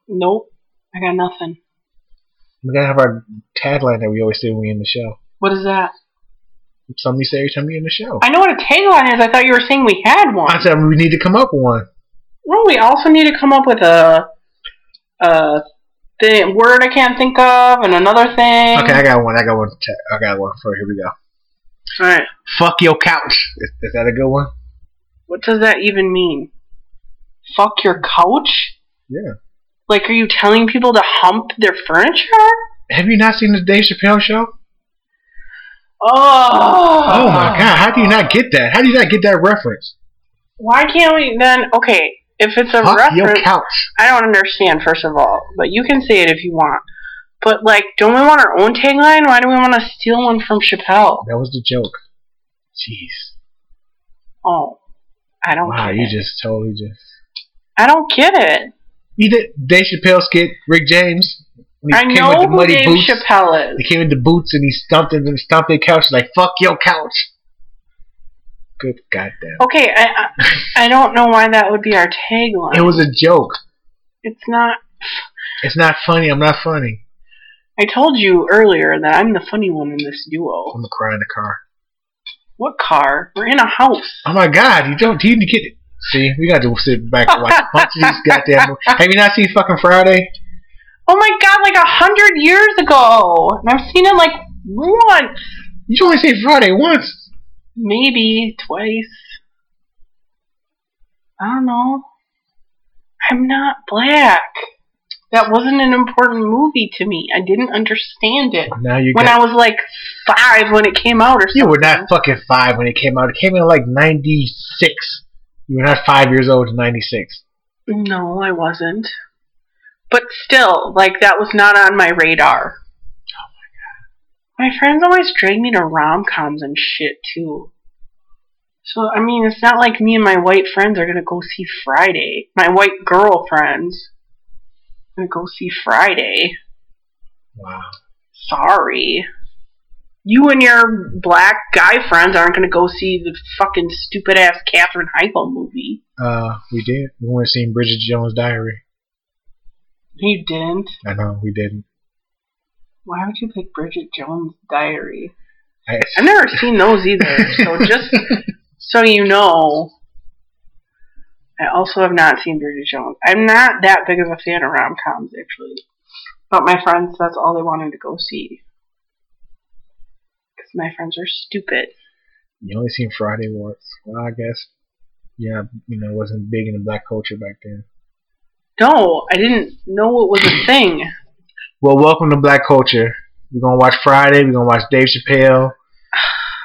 Speaker 2: Nope. I got nothing.
Speaker 1: We gotta have our tagline that we always say when we in the show.
Speaker 2: What is that?
Speaker 1: Something we say every time we in the show.
Speaker 2: I know what a tagline is. I thought you were saying we had one.
Speaker 1: I said we need to come up with one.
Speaker 2: Well, we also need to come up with a a thing, word I can't think of and another thing.
Speaker 1: Okay, I got one. I got one. ta- I got one. For here we go.
Speaker 2: All right.
Speaker 1: Fuck your couch. Is, is that a good one?
Speaker 2: What does that even mean? fuck your couch?
Speaker 1: Yeah.
Speaker 2: Like, are you telling people to hump their furniture?
Speaker 1: Have you not seen the Dave Chappelle show?
Speaker 2: Oh,
Speaker 1: Oh my god, how do you not get that? How do you not get that reference?
Speaker 2: Why can't we then? Okay, if it's a
Speaker 1: Fuck your
Speaker 2: reference,
Speaker 1: couch.
Speaker 2: I don't understand. First of all, but you can say it if you want. But like, don't we want our own tagline? Why do we want to steal one from Chappelle?
Speaker 1: That was the joke. Jeez.
Speaker 2: Oh, I don't.
Speaker 1: Wow,
Speaker 2: get
Speaker 1: you
Speaker 2: it.
Speaker 1: just totally just
Speaker 2: I don't get it.
Speaker 1: You did Dave Chappelle skit, Rick James. when he
Speaker 2: I
Speaker 1: came
Speaker 2: know
Speaker 1: with the
Speaker 2: who
Speaker 1: muddy
Speaker 2: Dave
Speaker 1: boots.
Speaker 2: Chappelle
Speaker 1: He
Speaker 2: is.
Speaker 1: came with the boots and he stomped it and stomped their couch like fuck your couch. Good goddamn.
Speaker 2: Okay, I, I I don't know why that would be our tagline.
Speaker 1: It was a joke.
Speaker 2: It's not.
Speaker 1: It's not funny. I'm not funny.
Speaker 2: I told you earlier that I'm the funny one in this duo.
Speaker 1: I'm gonna cry in the car.
Speaker 2: What car? We're in a house.
Speaker 1: Oh my god, you don't. You didn't get it. See, we got to sit back and
Speaker 2: [laughs]
Speaker 1: watch a bunch of these goddamn. mo- Have you not seen fucking Friday?
Speaker 2: Oh my god, like a hundred years ago! And I've seen it like once,
Speaker 1: You only seen Friday once.
Speaker 2: maybe twice. I don't know. I'm not black. That wasn't an important movie to me. I didn't understand it
Speaker 1: Now you
Speaker 2: when
Speaker 1: got.
Speaker 2: I was like five when it came out or something.
Speaker 1: you were not fucking five when it came out. It came in like '96. You were not five years old in '96.
Speaker 2: No, I wasn't. But still, like that was not on my radar. Oh my god. My friends always drag me to rom coms and shit too. So I mean, it's not like me and my white friends are gonna go see Friday. My white girlfriends gonna go see Friday.
Speaker 1: Wow.
Speaker 2: Sorry. You and your black guy friends aren't gonna go see the fucking stupid ass Katherine Heigl movie.
Speaker 1: Uh, we did. We went and seen Bridget Jones' Diary.
Speaker 2: You didn't.
Speaker 1: I know we didn't.
Speaker 2: Why would you pick Bridget Jones' diary?
Speaker 1: I,
Speaker 2: I've never seen those either.
Speaker 1: [laughs]
Speaker 2: So just so you know, I also have not seen Bridget Jones. I'm not that big of a fan of rom coms actually, but my friends that's all they wanted to go see because my friends are stupid.
Speaker 1: you only seen Friday once. Well, I guess. Yeah, you know, it wasn't big in the black culture back then.
Speaker 2: No, I didn't know it was
Speaker 1: [coughs]
Speaker 2: a thing.
Speaker 1: Well, welcome to black culture. We're gonna watch Friday. We're gonna watch Dave Chappelle.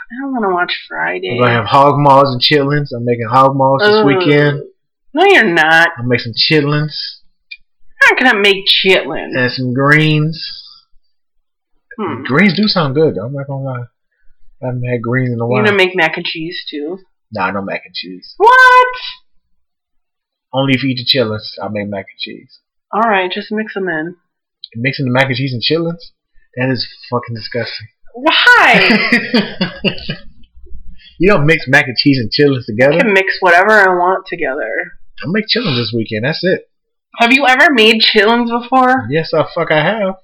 Speaker 2: I don't want to watch Friday.
Speaker 1: We're gonna have hog maws and chitlins. I'm making hog maws this
Speaker 2: Ugh.
Speaker 1: weekend.
Speaker 2: No, you're not.
Speaker 1: I'll make some chitlins
Speaker 2: You're not gonna make chitlins.
Speaker 1: and some greens.
Speaker 2: Hmm.
Speaker 1: Greens do sound good. though. I'm not gonna lie. I haven't had greens in a
Speaker 2: You're
Speaker 1: while.
Speaker 2: gonna make mac and cheese too.
Speaker 1: nah, no mac and cheese.
Speaker 2: What?
Speaker 1: Only if you eat the chitlins, I'll make mac and cheese.
Speaker 2: All right, just mix them in.
Speaker 1: mixing the mac and cheese and chitlins. That is fucking
Speaker 2: [laughs]
Speaker 1: disgusting.
Speaker 2: Why?
Speaker 1: you don't mix mac and cheese and chitlins
Speaker 2: I
Speaker 1: together.
Speaker 2: can mix whatever I want together.
Speaker 1: I'll make chitlins this weekend. That's it.
Speaker 2: Have you ever made chitlins before?
Speaker 1: Yes, I fuck I have.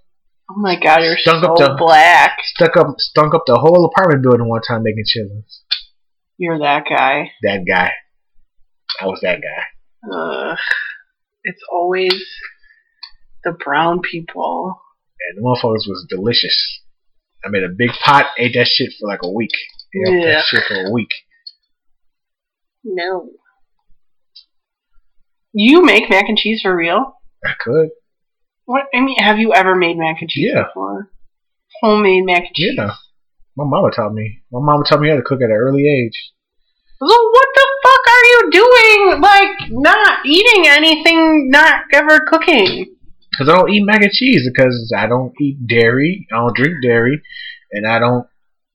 Speaker 2: Oh my god, you're
Speaker 1: Stunk
Speaker 2: so
Speaker 1: up the-
Speaker 2: black.
Speaker 1: Stuck up, stunk up the whole apartment building one time making chitlins.
Speaker 2: You're that guy.
Speaker 1: That guy. I was that guy.
Speaker 2: Ugh. It's always the brown people.
Speaker 1: And the motherfuckers was delicious. I made a big pot, ate that shit for like a week. Ate up
Speaker 2: Yeah.
Speaker 1: That shit for a week.
Speaker 2: No. You make mac and cheese for real?
Speaker 1: I could.
Speaker 2: What I mean, have you ever made mac and cheese
Speaker 1: Yeah.
Speaker 2: before? Homemade mac and cheese.
Speaker 1: Yeah. My mama taught me. My mama taught me how to cook at an early age.
Speaker 2: So what the fuck are you doing? Like not eating anything, not ever cooking.
Speaker 1: [sighs] Because I don't eat mac and cheese because I don't eat dairy, I don't drink dairy, and I don't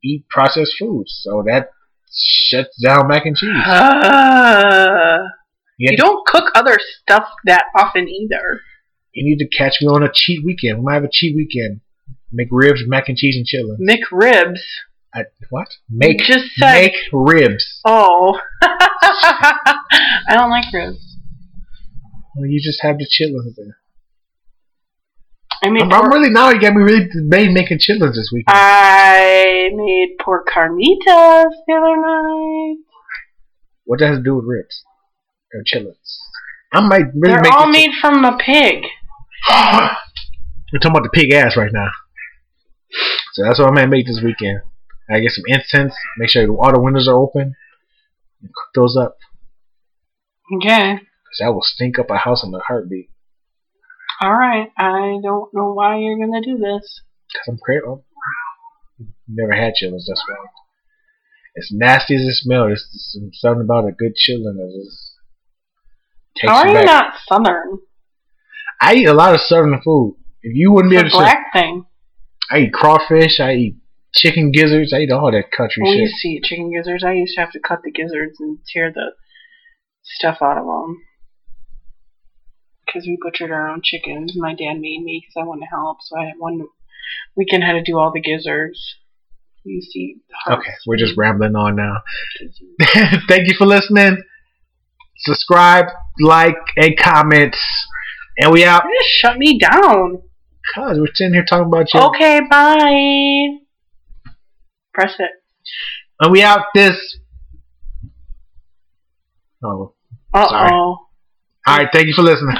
Speaker 1: eat processed foods. So that shuts down mac and cheese.
Speaker 2: Ah.
Speaker 1: You,
Speaker 2: Uh, You don't cook other stuff that often either.
Speaker 1: you need to catch me on a cheat weekend. We might have a cheat weekend. Make ribs, mac and cheese, and chillin'.
Speaker 2: McRibs.
Speaker 1: I, what? Make
Speaker 2: You just said.
Speaker 1: make ribs.
Speaker 2: Oh. [laughs] I don't like ribs.
Speaker 1: Well, you just have the chillins there.
Speaker 2: I made
Speaker 1: I'm, I'm
Speaker 2: pork,
Speaker 1: really now you got me really made making chillins this weekend.
Speaker 2: Uh, I made pork carnitas the other night.
Speaker 1: what does that have to do with ribs or chillins? I might really
Speaker 2: They're
Speaker 1: make.
Speaker 2: all
Speaker 1: the
Speaker 2: made from a pig.
Speaker 1: chi- We're talking about the pig ass right now. So that's what I'm gonna make this weekend. I get some incense. Make sure all the windows are open. And cook those up.
Speaker 2: Okay.
Speaker 1: Because I will stink up a house in a heartbeat.
Speaker 2: All right. I don't know why you're gonna do this.
Speaker 1: Because I'm crazy. Never had chillings, that's why. As nasty as it smells, it's just something about a good chilling that just takes
Speaker 2: How are
Speaker 1: you
Speaker 2: you
Speaker 1: back.
Speaker 2: not southern?
Speaker 1: I eat a lot of southern food. If you wouldn't be
Speaker 2: It's
Speaker 1: able
Speaker 2: a
Speaker 1: to,
Speaker 2: black thing.
Speaker 1: I eat crawfish. I eat chicken gizzards. I eat all that country
Speaker 2: We
Speaker 1: shit.
Speaker 2: used to eat chicken gizzards. I used to have to cut the gizzards and tear the stuff out of them. Because we butchered our own chickens. My dad made me because I wanted to help. So I had one weekend had to do all the gizzards. We used to eat the hearts.
Speaker 1: Okay, we're just rambling on now.
Speaker 2: Gizzards.
Speaker 1: [laughs] Thank you for listening. Subscribe, like, and comments. And we out.
Speaker 2: You're gonna shut me down.
Speaker 1: Cause we're sitting here talking about you.
Speaker 2: Okay, bye. Press it.
Speaker 1: And we out this. Oh.
Speaker 2: Uh oh.
Speaker 1: All right. Thank you for listening.